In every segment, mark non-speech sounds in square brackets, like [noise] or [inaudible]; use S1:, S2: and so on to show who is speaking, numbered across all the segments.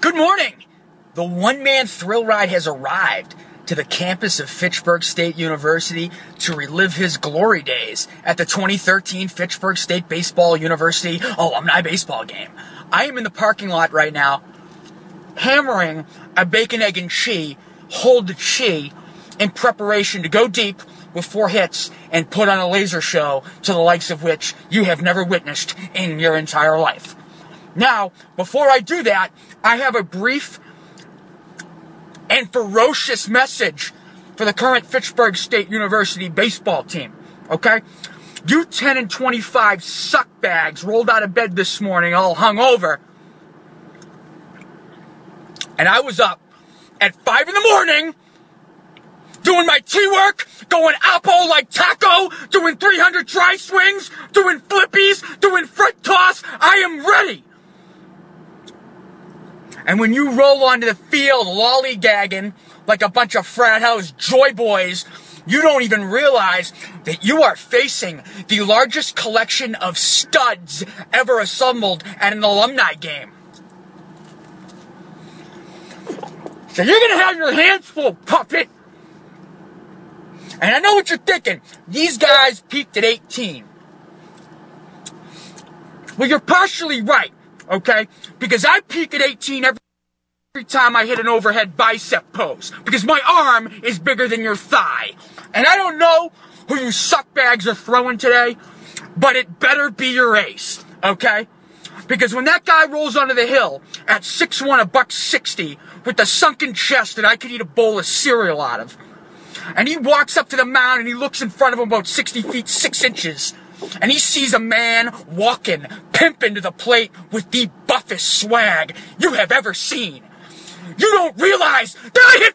S1: Good morning! The one man thrill ride has arrived to the campus of Fitchburg State University to relive his glory days at the 2013 Fitchburg State Baseball University oh, alumni baseball game. I am in the parking lot right now hammering a bacon, egg, and chi, hold the chi, in preparation to go deep with four hits and put on a laser show to the likes of which you have never witnessed in your entire life. Now, before I do that, I have a brief and ferocious message for the current Fitchburg State University baseball team. Okay? You 10 and 25 suckbags rolled out of bed this morning all hungover. And I was up at 5 in the morning doing my T work, going oppo like taco, doing 300 dry swings, doing flippies, doing front toss. I am ready. And when you roll onto the field lollygagging like a bunch of frat house joy boys, you don't even realize that you are facing the largest collection of studs ever assembled at an alumni game. So you're gonna have your hands full, puppet! And I know what you're thinking. These guys peaked at 18. Well, you're partially right, okay? Because I peak at 18 every, every time I hit an overhead bicep pose. Because my arm is bigger than your thigh. And I don't know who you suckbags are throwing today, but it better be your ace, okay? Because when that guy rolls onto the hill at 6'1, a buck 60, with the sunken chest that I could eat a bowl of cereal out of, and he walks up to the mound and he looks in front of him about 60 feet 6 inches. And he sees a man walking, pimping to the plate with the buffest swag you have ever seen. You don't realize that I hit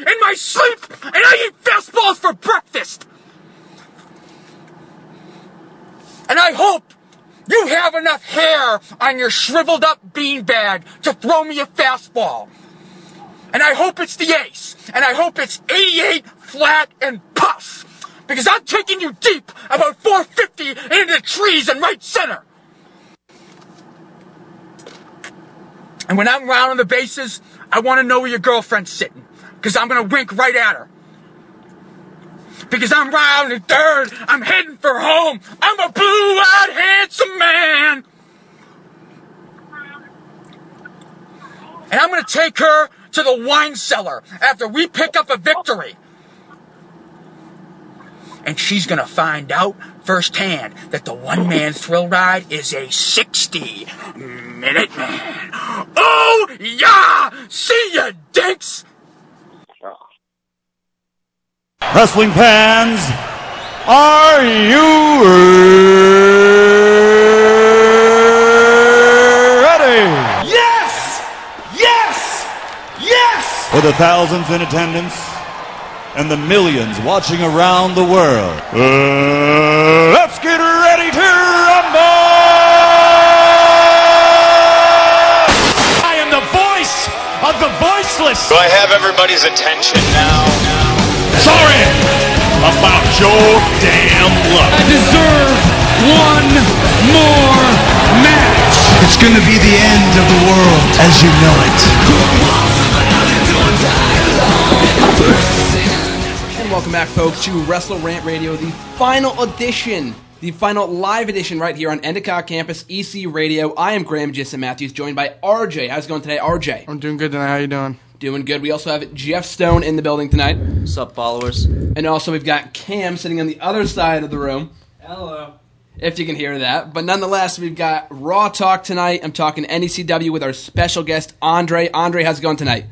S1: 400 in my sleep and I eat fastballs for breakfast. And I hope you have enough hair on your shriveled up beanbag to throw me a fastball. And I hope it's the ace. And I hope it's 88 flat and puff. Because I'm taking you deep about 450 into the trees and right center. And when I'm rounding the bases, I want to know where your girlfriend's sitting. Because I'm going to wink right at her. Because I'm rounding third. I'm heading for home. I'm a blue-eyed handsome man. and I'm gonna take her to the wine cellar after we pick up a victory. And she's gonna find out firsthand that the one man thrill ride is a 60 minute man. Oh, yeah! See ya, dinks!
S2: Wrestling fans, are you ready?
S3: Yes! Yes! Yes!
S2: For the thousands in attendance and the millions watching around the world, uh, let's get ready to rumble!
S3: I am the voice of the voiceless.
S4: Do I have everybody's attention now?
S3: Sorry about your damn luck. I deserve one more match.
S5: It's going to be the end of the world as you know it.
S6: And welcome back, folks, to Wrestle Rant Radio, the final edition, the final live edition right here on Endicott Campus EC Radio. I am Graham Jisson Matthews, joined by RJ. How's it going today, RJ?
S7: I'm doing good tonight. How you doing?
S6: Doing good. We also have Jeff Stone in the building tonight.
S8: Sup, followers?
S6: And also, we've got Cam sitting on the other side of the room,
S8: Hello.
S6: if you can hear that. But nonetheless, we've got Raw Talk tonight. I'm talking NECW with our special guest, Andre. Andre, how's it going tonight?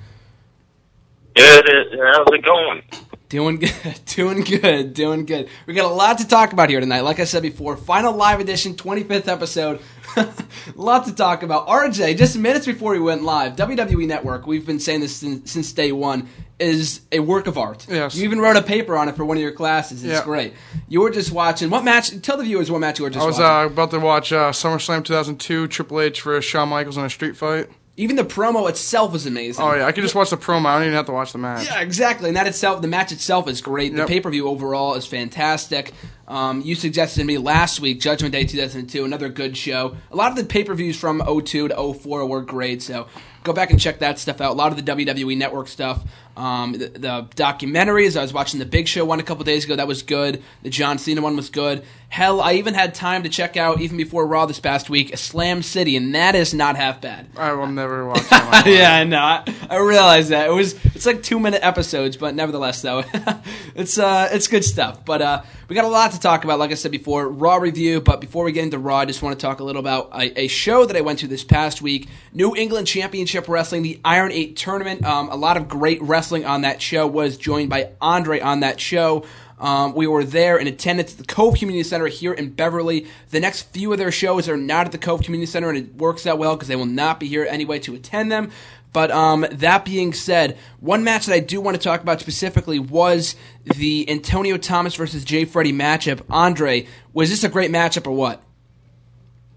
S9: Good. uh, How's it going?
S6: Doing good, [laughs] doing good, doing good. We got a lot to talk about here tonight. Like I said before, final live edition, 25th episode. [laughs] lot to talk about. RJ, just minutes before we went live, WWE Network, we've been saying this since, since day one, is a work of art.
S7: Yes.
S6: You even wrote a paper on it for one of your classes. It's
S7: Yeah.
S6: great. You were just watching. What match? Tell the viewers what match you were just
S7: I was uh,
S6: watching.
S7: about to watch uh, SummerSlam 2002 Triple H versus Shawn Michaels in a street fight.
S6: even the promo itself was amazing.
S7: Oh yeah, I could just watch the promo. I don't even have to watch the match.
S6: Yeah, exactly. And that itself, the match itself is great. The
S7: Yep.
S6: pay per view overall is fantastic. Um, you suggested to me last week, Judgment Day 2002, another good show. A lot of the pay per views from 02 to 04 were great, so go back and check that stuff out. A lot of the WWE Network stuff. Um, the, the documentaries, I was watching the Big Show one a couple days ago, that was good. The John Cena one was good. Hell, I even had time to check out, even before Raw this past week, Slam City, and that is not half bad.
S7: I will never watch that.
S6: [laughs] yeah, I know. I, I realize that it was it's like two minute episodes, but nevertheless, though, [laughs] it's uh it's good stuff. But uh, we got a lot to talk about. Like I said before, Raw review. But before we get into Raw, I just want to talk a little about a, a show that I went to this past week: New England Championship Wrestling, the Iron Eight tournament. Um, a lot of great wrestling on that show. Was joined by Andre on that show. Um, we were there in attendance at the Cove Community Center here in Beverly. The next few of their shows are not at the Cove Community Center, and it works out well because they will not be here anyway to attend them. But um, that being said, one match that I do want to talk about specifically was the Antonio Thomas versus Jay Freddy matchup. Andre, was this a great matchup or what?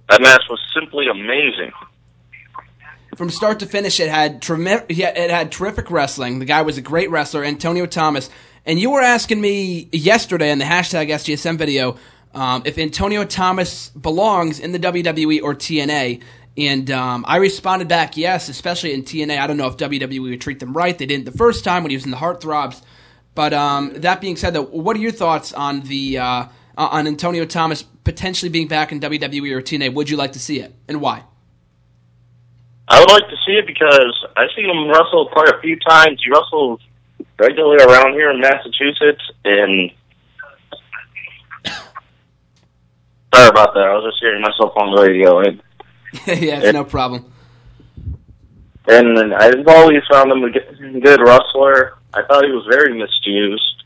S9: That match was simply amazing.
S6: from start to finish, it had treme- yeah, it had terrific wrestling. The guy was a great wrestler, Antonio Thomas. And you were asking me yesterday in the hashtag SGSM video um, if Antonio Thomas belongs in the WWE or TNA. And um, I responded back, yes, especially in TNA. I don't know if WWE would treat them right. They didn't the first time when he was in the Heartthrobs. But um, that being said, though, what are your thoughts on the uh, on Antonio Thomas potentially being back in WWE or TNA? Would you like to see it, and why? [laughs]
S9: I would like to see it because I've seen him wrestle quite a few times. He wrestles regularly around here in Massachusetts, and sorry about that. I was just hearing myself on the radio, and
S6: yeah, it's no problem.
S9: and I've always found him a g- good wrestler. I thought he was very misused,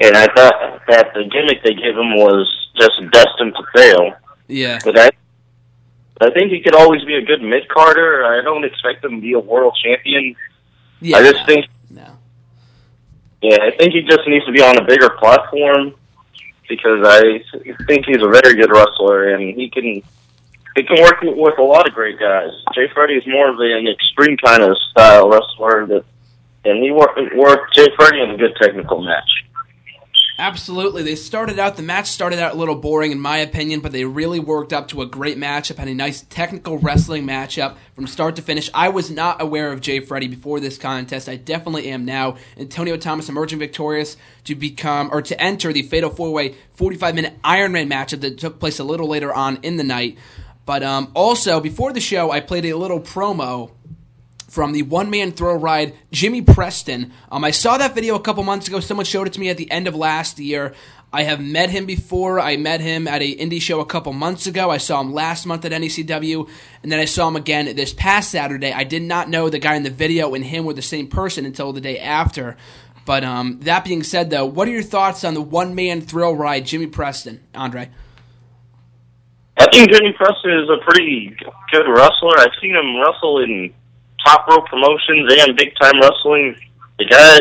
S9: and I thought that the gimmick they gave him was just destined to fail.
S6: Yeah.
S9: But I, I think he could always be a good mid Carter. I don't expect him to be a world champion.
S6: Yeah,
S9: I just
S6: no,
S9: think-
S6: no.
S9: Yeah, I think he just needs to be on a bigger platform because I think he's a very good wrestler and he can he can work with a lot of great guys. Jay Freddy is more of an extreme kind of style wrestler, that, and he worked worked Jay Freddy in a good technical match.
S6: Absolutely. They started out, the match started out a little boring in my opinion, but they really worked up to a great matchup, had a nice technical wrestling matchup from start to finish. I was not aware of Jay Freddy before this contest. I definitely am now. Antonio Thomas emerging victorious to become, or to enter the Fatal 4 Way 45 minute Iron Man matchup that took place a little later on in the night. But um, also, before the show, I played a little promo from the one man throw ride, Jimmy Preston. Um, I saw that video a couple months ago. Someone showed it to me at the end of last year. I have met him before. I met him at a indie show a couple months ago. I saw him last month at NECW, and then I saw him again this past Saturday. I did not know the guy in the video and him were the same person until the day after. But um, that being said, though, what are your thoughts on the one man thrill ride, Jimmy Preston, Andre?
S9: I think Jimmy Preston is a pretty good wrestler. I've seen him wrestle in top rope promotions and big time wrestling. The guy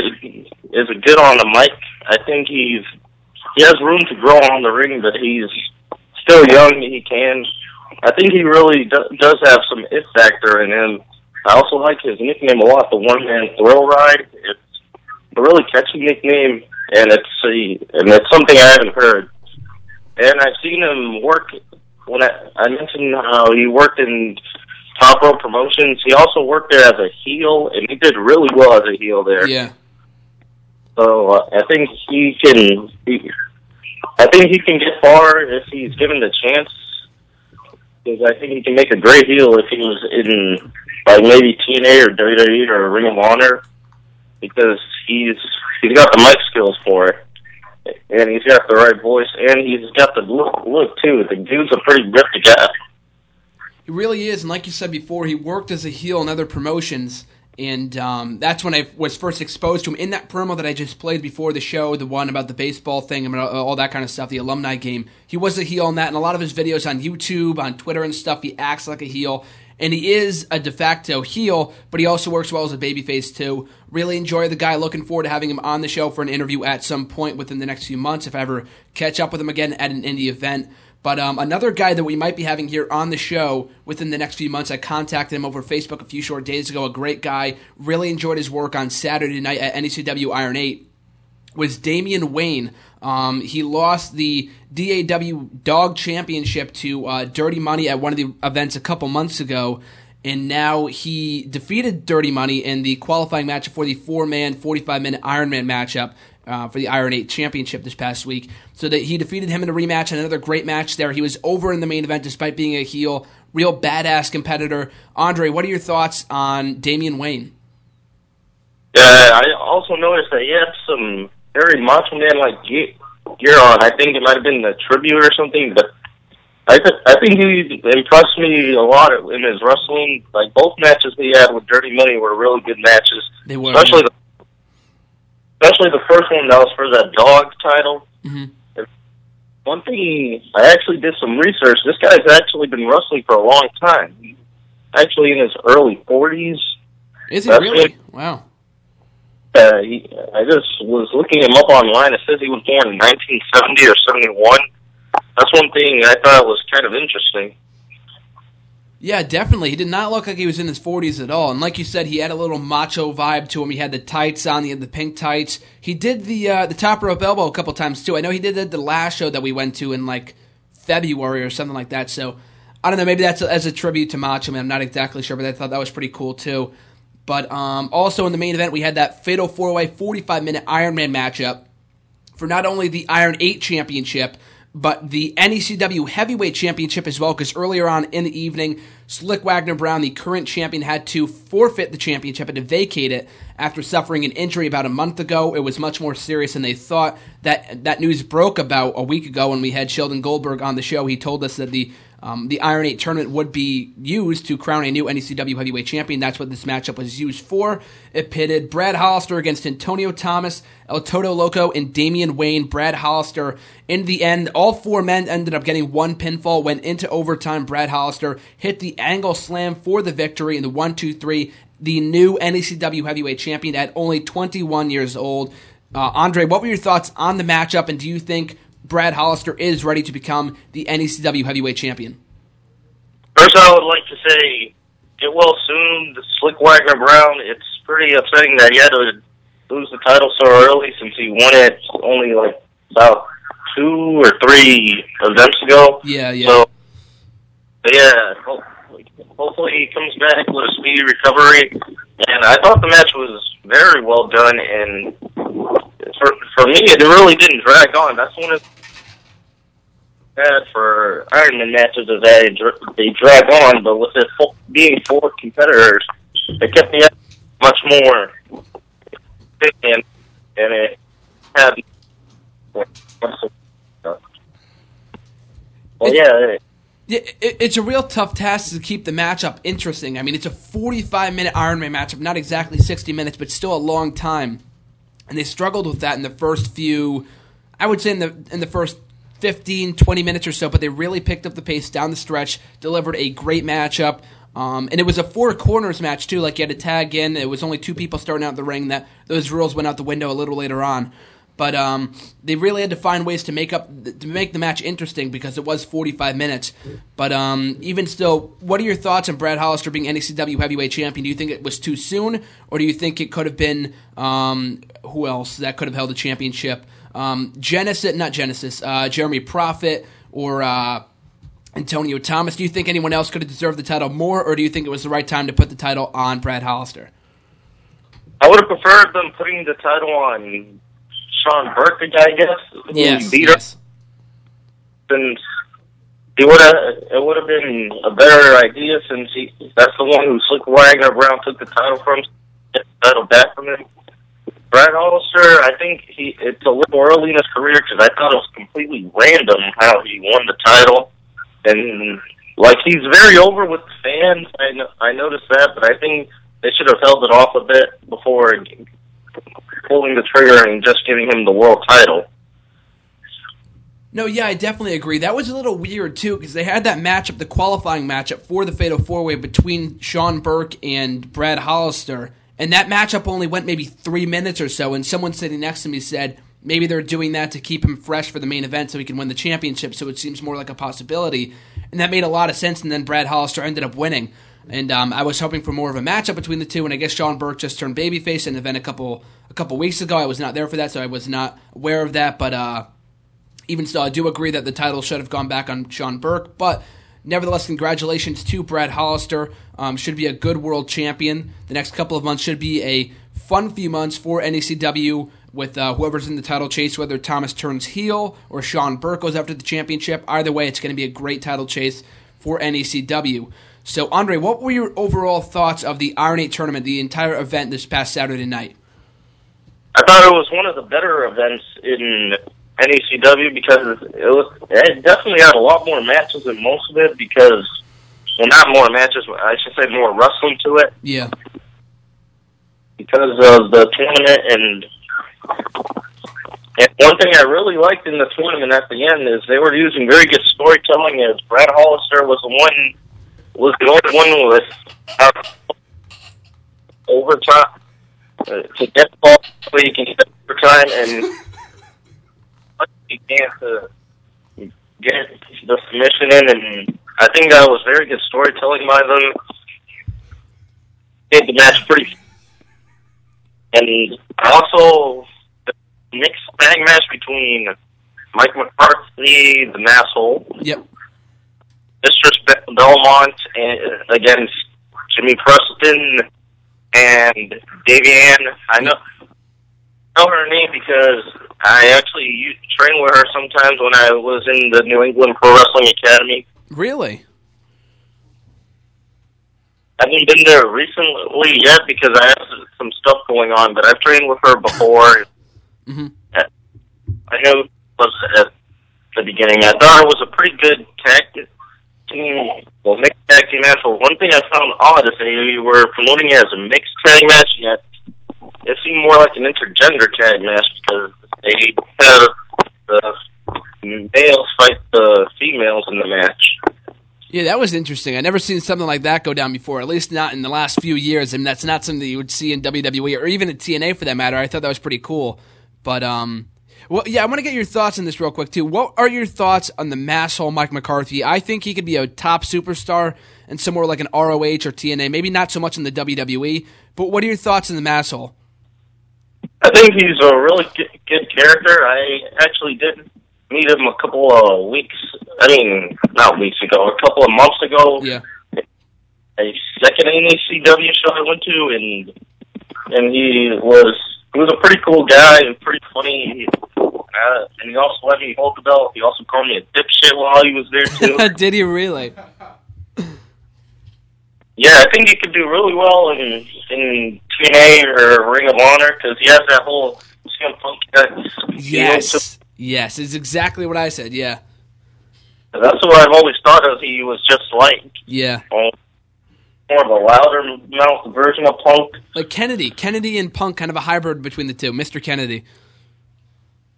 S9: is good on the mic. I think he's he has room to grow on the ring, but he's still young. He can. I think he really do, does have some it factor in him. I also like his nickname a lot, the One Man Thrill Ride. It's a really catchy nickname, and it's a, and it's something I haven't heard. And I've seen him work when I, I mentioned how he worked in Top Rope Promotions. He also worked there as a heel, and he did really well as a heel there.
S6: Yeah.
S9: So uh, I think he can. He, I think he can get far if he's given the chance. Because I think he can make a great heel if he was in, like maybe TNA or WWE or Ring of Honor, because he's he's got the mic skills for it, and he's got the right voice, and he's got the look look too. The dude's a pretty ripped guy.
S6: He really is, and like you said before, he worked as a heel in other promotions, and um, that's when I was first exposed to him. In that promo that I just played before the show, the one about the baseball thing and all that kind of stuff, the alumni game, he was a heel in that. And a lot of his videos on YouTube, on Twitter, and stuff, he acts like a heel, and he is a de facto heel, but he also works well as a babyface too. Really enjoy the guy. Looking forward to having him on the show for an interview at some point within the next few months, if I ever catch up with him again at an indie event. But um, another guy that we might be having here on the show within the next few months, I contacted him over Facebook a few short E days ago. A great guy, really enjoyed his work on Saturday night at NECW Iron 8 was Damian Wayne. Um, he lost the DAW Dog Championship to uh, Dirty Money at one of the events a couple months ago, and now he defeated Dirty Money in the qualifying match for the four-man, 45-minute Ironman matchup uh, for the Iron Eight Championship this past week. So that he defeated him in a rematch and another great match there. He was over in the main event despite being a heel, real badass competitor. Andre, what are your thoughts on Damian Wayne?
S9: Uh, I also noticed that he had some very macho man like ge- gear on. I think it might have been the tribute or something, but I th- I think he impressed me a lot in his wrestling. Like both matches that he had with Dirty Money were really good matches.
S6: They were.
S9: especially the, especially the first one that was for that dog title.
S6: Mhm.
S9: And One thing I actually did some research. This guy's actually been wrestling for a long time. He's Actually, in his early forties.
S6: Is he
S9: That's
S6: really?
S9: it.
S6: Wow.
S9: Uh, he, I just was looking him up online. It says he was born in 1970 or 71. That's one thing I thought was kind of interesting.
S6: Yeah, definitely. He did not look like he was in his 40s at all. And like you said, he had a little macho vibe to him. He had the tights on, he had the pink tights. He did the uh, the top rope elbow a couple times too. I know he did it at the last show that we went to in like February or something like that. So I don't know. Maybe that's as a tribute to Macho Man. I'm not exactly sure, but I thought that was pretty cool too. But um, also in the main event, we had that fatal four way 45 minute Iron Man matchup for not only the Iron 8 Championship, but the NECW Heavyweight Championship as well, because earlier on in the evening, Slick Wagner Brown, the current champion, had to forfeit the championship and to vacate it after suffering an injury about a month ago. It was much more serious than they thought. That that news broke about a week ago when we had Sheldon Goldberg on the show. He told us that the um, the Iron 8 tournament would be used to crown a new NECW heavyweight champion. That's what this matchup was used for. It pitted Brad Hollister against Antonio Thomas, El Toto Loco, and Damian Wayne. Brad Hollister, in the end, all four men ended up getting one pinfall, went into overtime. Brad Hollister hit the angle slam for the victory in the 1 2 3. The new NECW heavyweight champion at only 21 years old. Uh, Andre, what were your thoughts on the matchup, and do you think Brad Hollister is ready to become the NECW heavyweight champion?
S9: First, I would like to say, get well soon. The Slick Wagner Brown. It's pretty upsetting that he had to lose the title so early, since he won it only like about two or three events ago.
S6: Yeah, yeah.
S9: So, yeah. ho- Hopefully, he comes back with a speedy recovery. And I thought the match was very well done. And for for me, it really didn't drag on. That's one of had for Ironman matches is that they dr- they drag on, but with it full, being four competitors, it kept the action much more, and and it had. Well, yeah, it-
S6: Yeah, it, it's a real tough task to keep the matchup interesting. I mean, it's a 45 minute Iron Man matchup, not exactly 60 minutes, but still a long time. And they struggled with that in the first few, I would say in the in the first 15, 20 minutes or so, but they really picked up the pace down the stretch, delivered a great matchup. Um, and it was a four corners match too. Like you had to tag in. It was only two people starting out the ring. That those rules went out the window a little later on. But um, they really had to find ways to make up to make the match interesting because it was 45 minutes. But um, even still, what are your thoughts on Brad Hollister being NECW Heavyweight Champion? Do you think it was too soon, or do you think it could have been um, who else that could have held the championship? Um, Genesis, not Genesis, uh, Jeremy Prophet or uh, Antonio Thomas. Do you think anyone else could have deserved the title more, or do you think it was the right time to put the title on Brad Hollister?
S9: I would have preferred them putting the title on Sean Burke, I guess. who beat her. and he would have it would have been a better idea since he that's the one who Slick Wagner Brown took the title from took the title back from him. Brad Hollister, I think he it's a little early in his career because I thought it was completely random how he won the title, and like he's very over with the fans. I no, I noticed that, but I think they should have held it off a bit before pulling the trigger and just giving him the world title.
S6: No, yeah, I definitely agree. That was a little weird too because they had that matchup, the qualifying matchup for the Fatal Four Way between Sean Burke and Brad Hollister, and that matchup only went maybe three minutes or so. And someone sitting next to me said maybe they're doing that to keep him fresh for the main event so he can win the championship. So it seems more like a possibility, and that made a lot of sense. And then Brad Hollister ended up winning. And um, I was hoping for more of a matchup between the two, and I guess Sean Burke just turned babyface and then a couple a couple weeks ago. I was not there for that, so I was not aware of that. But uh, even still, I do agree that the title should have gone back on Sean Burke. But nevertheless, congratulations to Brad Hollister. Um, should be a good world champion. The next couple of months should be a fun few months for NECW with uh, whoever's in the title chase, whether Thomas turns heel or Sean Burke goes after the championship. Either way, it's going to be a great title chase for NECW. So, Andre, what were your overall thoughts of the Iron 8 tournament, the entire event this past Saturday night?
S9: I thought it was one of the better events in NECW because it was it definitely had a lot more matches than most of it because well not more matches I should say more wrestling to it
S6: Yeah.
S9: because of the tournament and, and one thing I really liked in the tournament at the end is they were using very good storytelling as Brad Hollister was the one was the only one with uh, overtime uh, to get the ball so you can get overtime and [laughs] he can to get the submission in and I think that was very good storytelling by them. Made the match pretty and also the mixed bag match between Mike McCarthy, the asshole,
S6: Yep.
S9: Mistress Be- Belmont, and against Jimmy Preston and Davian. I know know her name because I actually used to train with her sometimes when I was in the New England Pro Wrestling Academy.
S6: Really?
S9: I haven't been there recently yet because I have some stuff going on, but I've trained with her before.
S6: Mhm.
S9: I know it was at the beginning. I thought it was a pretty good tag team, well, mixed tag team match. But one thing I found odd is they were promoting it as a mixed tag match, yet it seemed more like an intergender tag match because they had the males fight the females in the match.
S6: Yeah, that was interesting. I never seen something like that go down before, at least not in the last few years. I mean, that's not something that you would see in WWE or even in TNA for that matter. I thought that was pretty cool. But, um, well, yeah, I want to get your thoughts on this real quick, too. What are your thoughts on the masshole Mike McCarthy? I think he could be a top superstar and somewhere like an ROH or TNA, maybe not so much in the WWE, but what are your thoughts on the masshole?
S9: I think he's a really good, good character. I actually did meet him a couple of weeks. I mean, not weeks ago, a couple of months ago.
S6: Yeah.
S9: A second NACW show I went to, and and he was he was a pretty cool guy and pretty funny. Uh, and he also let me hold the belt. He also called me a dipshit while he was there
S6: [laughs]
S9: too.
S6: Did he really?
S9: yeah, I think he could do really well in in TNA or Ring of Honor because he has that whole CM Punk. guy.
S6: Yes. Yes, is exactly what I said. Yeah.
S9: That's what I've always thought of. He was just like
S6: Yeah.
S9: well, more of a louder mouth version of punk.
S6: Like Kennedy. Kennedy and Punk, kind of a hybrid between the two. Mr. Kennedy.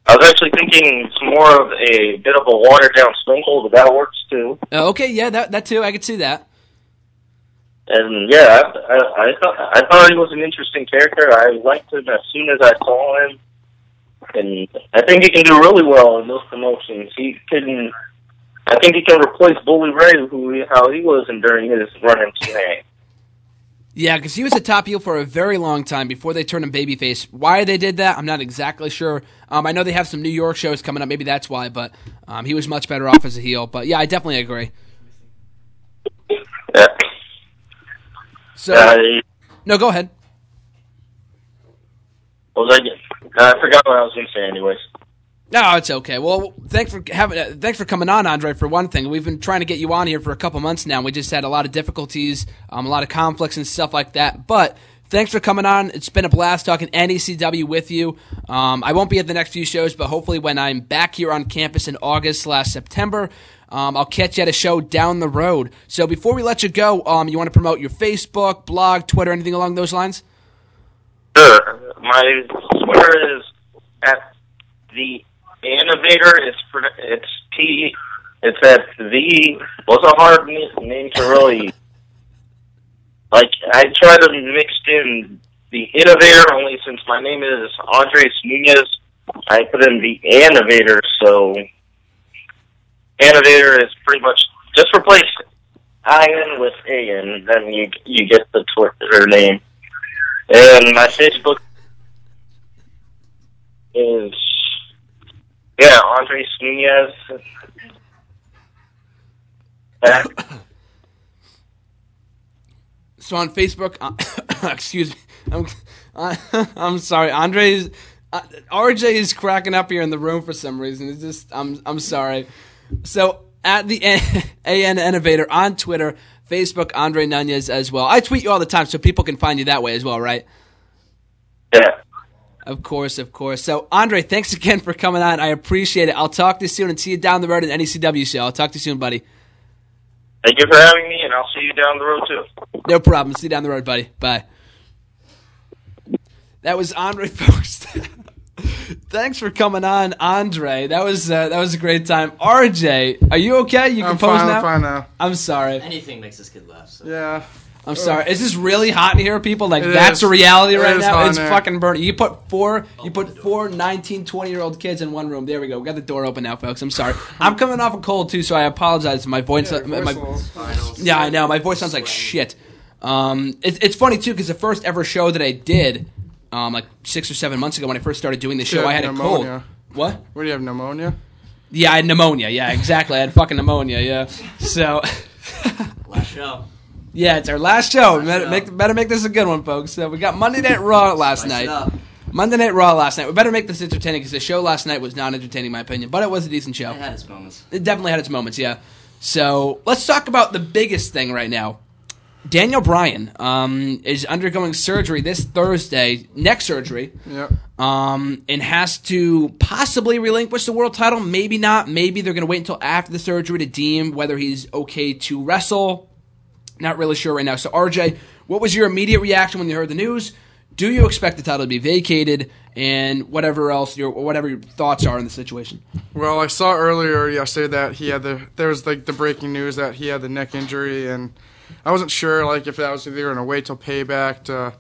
S9: I was actually thinking it's more of a bit of a watered down Stone Cold, but that works too.
S6: Oh, okay, yeah, that, that too. I could see that.
S9: And yeah, I, I, I thought I thought he was an interesting character. I liked him as soon as I saw him, and I think he can do really well in those promotions. He can. I think he can replace Bully Ray, who how he was in during his run in TNA.
S6: Yeah, because he was a top heel for a very long time before they turned him babyface. Why they did that, I'm not exactly sure. Um, I know they have some New York shows coming up. Maybe that's why, but um, he was much better off as a heel. But yeah, I definitely agree.
S9: Yeah.
S6: So
S9: Uh,
S6: no, go ahead.
S9: what was I? getting- I forgot what I was going to say. Anyways.
S6: No, it's okay. Well, thanks for having, uh, thanks for coming on, Andre. For one thing, we've been trying to get you on here for a couple months now. We just had a lot of difficulties, um, a lot of conflicts and stuff like that. But thanks for coming on. It's been a blast talking NECW with you. Um, I won't be at the next few shows, but hopefully, when I'm back here on campus in August slash September, um, I'll catch you at a show down the road. So before we let you go, um, you want to promote your Facebook, blog, Twitter, anything along those lines?
S9: Sure. My Twitter is at the innovator. It's pr- it's T. It's at the. Was a hard na- name to really. Like I try to mix in the innovator only since my name is Andres Nunez. I put in the innovator, so innovator is pretty much just replace I N with A N, then you you get the Twitter name. And my Facebook is yeah, Andres Nunez. That,
S6: So on Facebook, uh, [coughs] excuse me, I'm, I, [laughs] I'm sorry, Andre's uh, RJ is cracking up here in the room for some reason. It's just I'm I'm sorry. So at the [laughs] AN Innovator on Twitter, Facebook, Andre Nunez as well. I tweet you all the time, so people can find you that way as well, right?
S9: yeah.
S6: Of course, of course. So Andre, thanks again for coming on. I appreciate it. I'll talk to you soon and see you down the road E at NECW show. I'll talk to you soon, buddy.
S9: Thank you for having me, and I'll see you down the road too.
S6: No problem. See you down the road, buddy. Bye. That was Andre, [laughs] folks. Thanks for coming on, Andre. That was uh, that was a great time. RJ, are you okay? You can
S7: I'm
S6: pose
S7: fine.
S6: now.
S7: I'm fine now.
S6: I'm sorry.
S8: Anything makes this kid laugh. So.
S7: Yeah.
S6: I'm sorry. Is this really hot in here, people? Like
S7: It
S6: that's
S7: is.
S6: a reality
S7: It
S6: right
S7: is
S6: now.
S7: hot in
S6: It's
S7: here.
S6: fucking burning. You put four, you put four 19, 20 year old kids in one room. There we go. We got the door open now, folks. I'm
S7: [laughs]
S6: sorry. I'm coming off a cold too, so I apologize. My voice, my,
S7: Voice
S6: my-
S7: levels.
S6: Yeah, I know. My voice sounds like shit. Um, it, it's funny too because the first ever show that I did, um, like six or seven months ago when I first started doing the show,
S7: Yeah,
S6: I had a
S7: pneumonia.
S6: cold. What?
S7: What do you have? Pneumonia?
S6: Yeah, I had pneumonia. Yeah, exactly. I had fucking pneumonia. Yeah. So,
S8: Last show.
S6: yeah, it's our last show. better,
S8: show.
S6: Make, better make this a good one, folks. So we got Monday Night Raw last
S8: Spice
S6: night.
S8: it up.
S6: Monday Night Raw last night. We better make this entertaining because the show last night was not entertaining, in my opinion, but it was a decent show.
S8: It had its moments.
S6: It definitely had its moments, yeah. So let's talk about the biggest thing right now. Daniel Bryan um, is undergoing surgery this Thursday, neck surgery,
S7: Yep.
S6: um, and has to possibly relinquish the world title. Maybe not. Maybe they're going to wait until after the surgery to deem whether he's okay to wrestle. Not really sure right now. So, RJ, what was your immediate reaction when you heard the news? Do you expect the title to be vacated, and whatever else your whatever your thoughts are in the situation?
S7: Well, I saw earlier yesterday that he had the there was like the breaking news that he had the neck injury, and I wasn't sure like if that was either gonna wait till payback to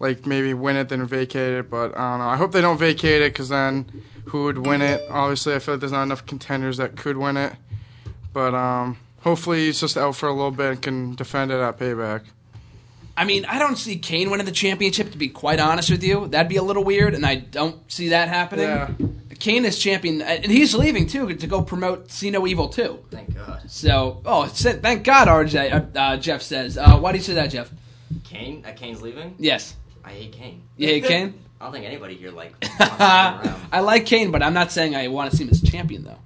S7: like maybe win it then vacate it, but I don't know. I hope they don't vacate it because then who would win it? Obviously, I feel like there's not enough contenders that could win it, but um, hopefully he's just out for a little bit and can defend it at payback.
S6: I mean, I don't see Kane winning the championship. To be quite honest with you, that'd be a little weird, and I don't see that happening.
S7: Yeah.
S6: Kane is champion, and he's leaving too to go promote See No Evil too.
S8: Thank God.
S6: So, oh, sa- thank God, RJ. Uh, uh, Jeff says, uh, "Why do you say that, Jeff?"
S8: Kane? That Kane's leaving?
S6: Yes,
S8: I hate Kane.
S6: you
S7: [laughs]
S6: hate Kane.
S8: I don't think anybody here
S6: [laughs]
S8: like.
S6: I
S8: I
S6: like Kane, but I'm not saying I want to see him as champion though.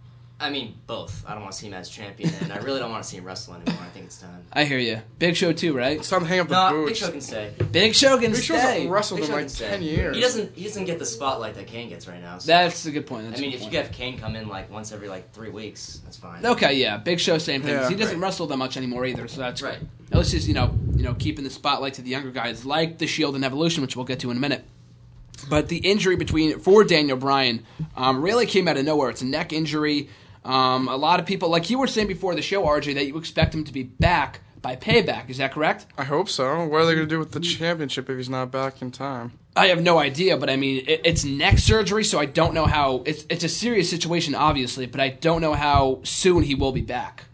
S8: mean, both. I don't want to see him as champion, and I really don't want to see him wrestle anymore. I think it's time.
S6: I hear you. Big Show too, right?
S7: It's time to hang up the
S8: No, Big
S7: boots.
S8: Show can stay.
S6: Big Show can
S7: Big Show's
S6: stay.
S7: not wrestled
S8: Big
S7: in
S8: Show
S7: like
S8: can stay.
S7: ten years.
S8: He doesn't. He doesn't get the spotlight that Kane gets right now. So.
S6: That's a good point. That's
S8: I
S6: a
S8: mean,
S6: good
S8: if you
S6: point.
S8: have Kane come in like once every like three weeks, that's fine.
S6: Okay, yeah, Big Show, same thing.
S7: Yeah.
S6: he doesn't
S8: Right.
S6: wrestle that much anymore either, so that's
S8: Right.
S6: At least he's you know you know keeping the spotlight to the younger guys like the Shield and Evolution, which we'll get to in a minute. But the injury between for Daniel Bryan um, really came out of nowhere. It's a neck injury. Um, a lot of people, like you were saying before the show, RJ, that you expect him to be back by payback. Is that correct?
S7: I hope so. What are they gonna do with the championship if he's not back in time?
S6: I have no idea, but I mean, it, it's neck surgery, so I don't know how. It's it's a serious situation, obviously, but I don't know how soon he will be back.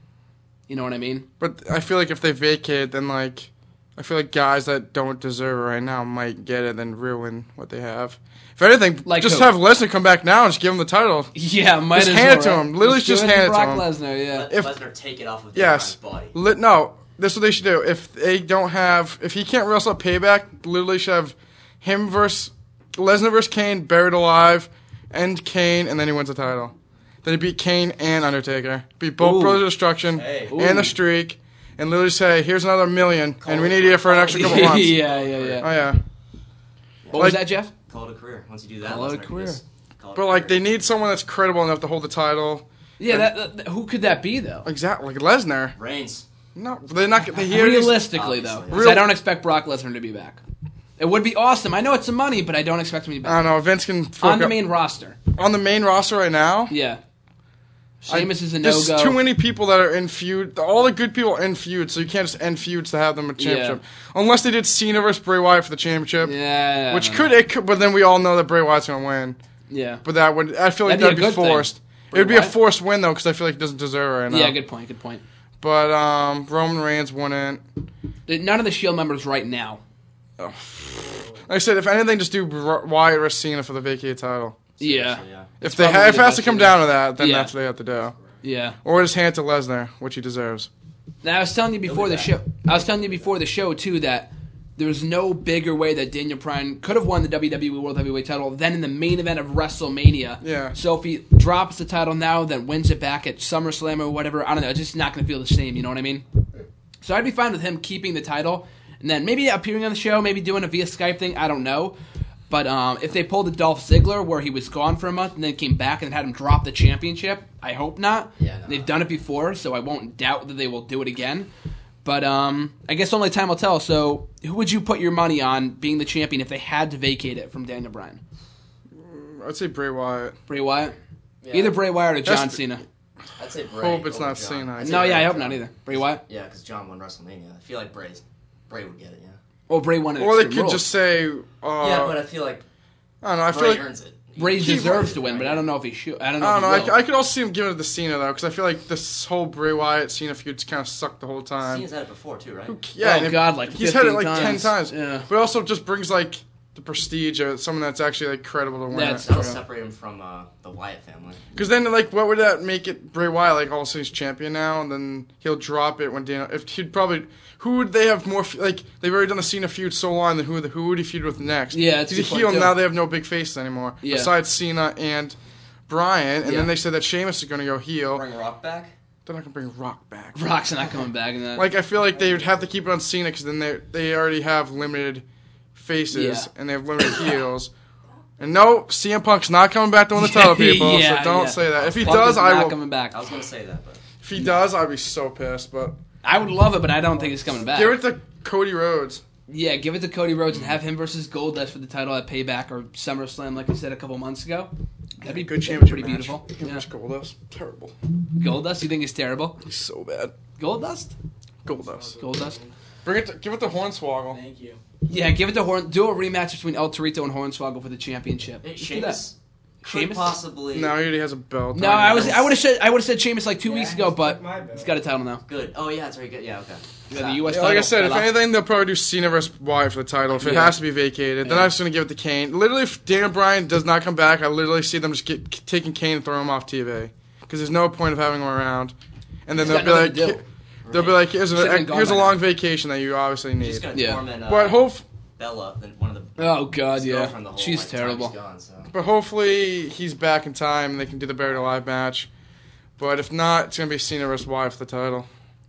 S6: You know what I mean?
S7: But I feel like if they vacate, then like I feel like guys that don't deserve it right now might get it and ruin what they have. If anything,
S6: Like
S7: just
S6: who?
S7: have Lesnar come back now and just give him the title.
S6: Yeah, might
S7: Just
S6: as
S7: hand it
S6: well,
S7: to
S6: right?
S7: him. Literally just
S6: give it
S7: hand it to
S6: Brock
S7: him.
S6: Lesnar. Yeah.
S8: Let
S7: If-
S8: Lesnar take it off of
S7: Yes.
S8: Daniel Bryan's body.
S7: Li- no, that's what they should do. If they don't have, if he can't wrestle at payback, literally should have him versus Lesnar versus Kane, buried alive, and Kane, and then he wins the title. Then he beat Kane and Undertaker, beat both
S6: Ooh.
S7: Brothers of Destruction
S8: Hey.
S7: and the Streak, and literally say, "Here's another million, and we need you for an extra couple
S6: [laughs]
S7: months."
S6: yeah, yeah, yeah.
S7: Oh yeah.
S6: What was
S7: Like-
S6: that, Jeff?
S8: Call it a career. Once you do that,
S6: Call it a
S8: Lesnar can
S6: career.
S8: just call it a
S7: But like
S8: career.
S7: they need someone that's credible enough to hold the title.
S6: Yeah, that, that- who could that be though?
S7: Exactly, like Lesnar.
S8: Reigns.
S7: No, they're not. They hear
S6: Realistically though,
S8: Obviously.
S6: 'cause I
S7: Real-
S6: don't expect Brock Lesnar to be back. It would be awesome. I know it's some money, but I don't expect him to be
S7: I
S6: back
S7: don't know. Vince can fuck
S6: on the
S7: up-
S6: main roster.
S7: on the main roster right now.
S6: Yeah,
S7: I-
S6: Sheamus is a no
S7: There's too
S6: go.
S7: many people that are in feud. All the good people are in feud, so you can't just end feuds to have them a championship. Unless they did Cena versus Bray Wyatt for the championship,
S6: Yeah,
S7: which could it could, but then we all know that Bray Wyatt's gonna win.
S6: yeah,
S7: But that would I feel like
S6: That'd
S7: that'd,
S6: be
S7: be,
S6: a good thing.
S7: forced. It would be a
S6: Wyatt?
S7: forced win though, because I feel like he doesn't deserve it right now.
S6: yeah. Good point. Good point.
S7: But um, Roman Reigns wouldn't.
S6: None of the Shield members right now.
S7: Like I said, if anything, just do Br- Wyatt versus Cena for the vacate title.
S6: Yeah.
S8: yeah.
S7: If they
S6: probably
S7: ha- if it
S6: the
S7: has to
S6: best
S7: come
S6: you
S7: down to that, then
S6: Yeah.
S7: that's what they have to do.
S6: Yeah.
S7: Or just hand it to Lesnar, which he deserves.
S6: Now I was telling you before the show. I was telling you before the show too that there's no bigger way that Daniel Bryan could have won the WWE World Heavyweight Title than in the main event of WrestleMania.
S7: Yeah.
S6: So if he drops the title now, then wins it back at SummerSlam or whatever, I don't know. It's just not going to feel the same. You know what I mean? So I'd be fine with him keeping the title and then maybe appearing on the show, maybe doing a via Skype thing. I don't know. But um, if they pulled the Dolph Ziggler where he was gone for a month and then came back and had him drop the championship, I hope not.
S8: Yeah, no.
S6: They've done it before, so I won't doubt that they will do it again. But um, I guess only time will tell. So who would you put your money on being the champion if they had to vacate it from Daniel Bryan?
S7: I'd say Bray Wyatt.
S6: Bray Wyatt? Either Bray Wyatt or John Cena.
S8: I'd say Bray.
S7: Hope it's
S8: over
S7: not
S8: John.
S7: Cena.
S8: I'd say
S6: No,
S8: Bray
S6: yeah, I
S8: over
S6: hope not
S8: John.
S6: either. Bray Wyatt?
S8: Yeah, because John won WrestleMania. I feel like Bray's Bray would get it. Yeah.
S6: Or Bray won an
S7: Or they
S6: Extreme
S7: could
S6: Rules.
S7: just say, uh,
S8: yeah, but I feel like
S7: I don't know. I feel
S8: Bray
S7: like
S8: earns it. He-
S6: Bray
S8: he
S6: deserves
S8: won.
S6: to win, but I don't know if he should. I don't know.
S7: I
S6: if
S7: don't
S6: he
S7: know.
S6: will.
S7: I, I could also see him giving it to Cena though, because I feel like this whole Bray Wyatt Cena feud's kind of sucked the whole time.
S8: Cena's had it before too, right?
S7: Yeah,
S6: Oh,
S7: and it-
S6: God, like
S7: he's had it
S6: 15
S7: like ten
S6: times.
S7: times.
S6: Yeah.
S7: But it also just brings like the prestige of someone that's actually like credible to win.
S6: That's-
S7: it.
S8: That'll separate him from uh, the Wyatt family.
S7: Because then, like, what would that make it Bray Wyatt? Like, all of a sudden he's champion now, and then he'll drop it when Daniel. If he'd probably, who would they have more? fe- Like, they've already done the Cena feud so long. Then who the, who would he feud with next?
S6: Yeah, that's a
S7: he's a
S6: good point,
S7: heel
S6: too.
S7: now. They have no big faces anymore
S6: Yeah.
S7: besides Cena and Brian. And
S6: Yeah.
S7: then they said that Sheamus is going to go heel.
S8: Bring Rock back.
S7: They're not going to bring Rock back.
S6: Brock's not coming back uh, in that.
S7: Like, I feel like they would have to keep it on Cena because then they they already have limited faces
S6: Yeah.
S7: and they have limited [coughs] heels. And no, CM Punk's not coming back to win the title,
S6: [laughs]
S7: people.
S6: Yeah,
S7: so don't
S6: yeah.
S7: say that. If he
S6: Punk
S7: does,
S6: is
S7: I
S6: not
S7: will
S6: coming back.
S8: I was gonna say that, but
S7: If he does, I'd be so pissed. But
S6: I would love it, but I don't think he's coming back.
S7: give it to Cody Rhodes.
S6: yeah, give it to Cody Rhodes and have him versus Goldust for the title at Payback or SummerSlam, like we said a couple months ago. That'd be
S7: Good
S6: that'd be
S7: championship
S6: pretty
S7: match.
S6: beautiful.
S7: Give
S6: Yeah.
S7: it to Goldust. Terrible.
S6: Goldust, you think is terrible?
S7: He's so bad.
S6: Goldust?
S7: Goldust.
S6: Goldust?
S7: Bring it. To, give it to Hornswoggle.
S8: thank you.
S6: Yeah, give it to Horn. Do a rematch between El Torito and Hornswoggle for the championship. Let's do
S8: Sheamus
S6: that.
S8: could
S6: Sheamus?
S8: possibly.
S7: No, he already has a belt.
S6: No, I was. I would have said. I would have said Sheamus like two weeks ago, but he's got a title now.
S8: Good. Oh yeah, that's very good. Yeah, okay.
S6: He's got the U.S.
S7: Yeah, like I
S6: title.
S7: said, if
S6: Hello.
S7: anything, they'll probably do Cena versus Wyatt for the title. If it
S6: Yeah.
S7: has to be vacated, then I'm just gonna give it to Kane. Literally, if Daniel Bryan does not come back, I literally see them just get, taking Kane and throwing him off TV because there's no point of having him around. And then
S6: He's
S7: they'll be
S6: got
S7: like,
S6: nothing to
S7: they'll be like, here's
S6: Should've
S7: a
S6: been gone
S7: here's a
S6: by now.
S7: long vacation that you obviously
S8: She's
S7: need.
S8: gonna
S6: Yeah.
S8: torment uh,
S7: But hope
S8: Bella, then one of the.
S6: Oh God,
S8: his
S6: yeah,
S8: girlfriend the whole,
S6: she's
S8: like, time
S6: terrible.
S8: she's Gone, so.
S7: But hopefully he's back in time and they can do the buried alive match. But if not, it's gonna be Cena versus Wyatt for the title.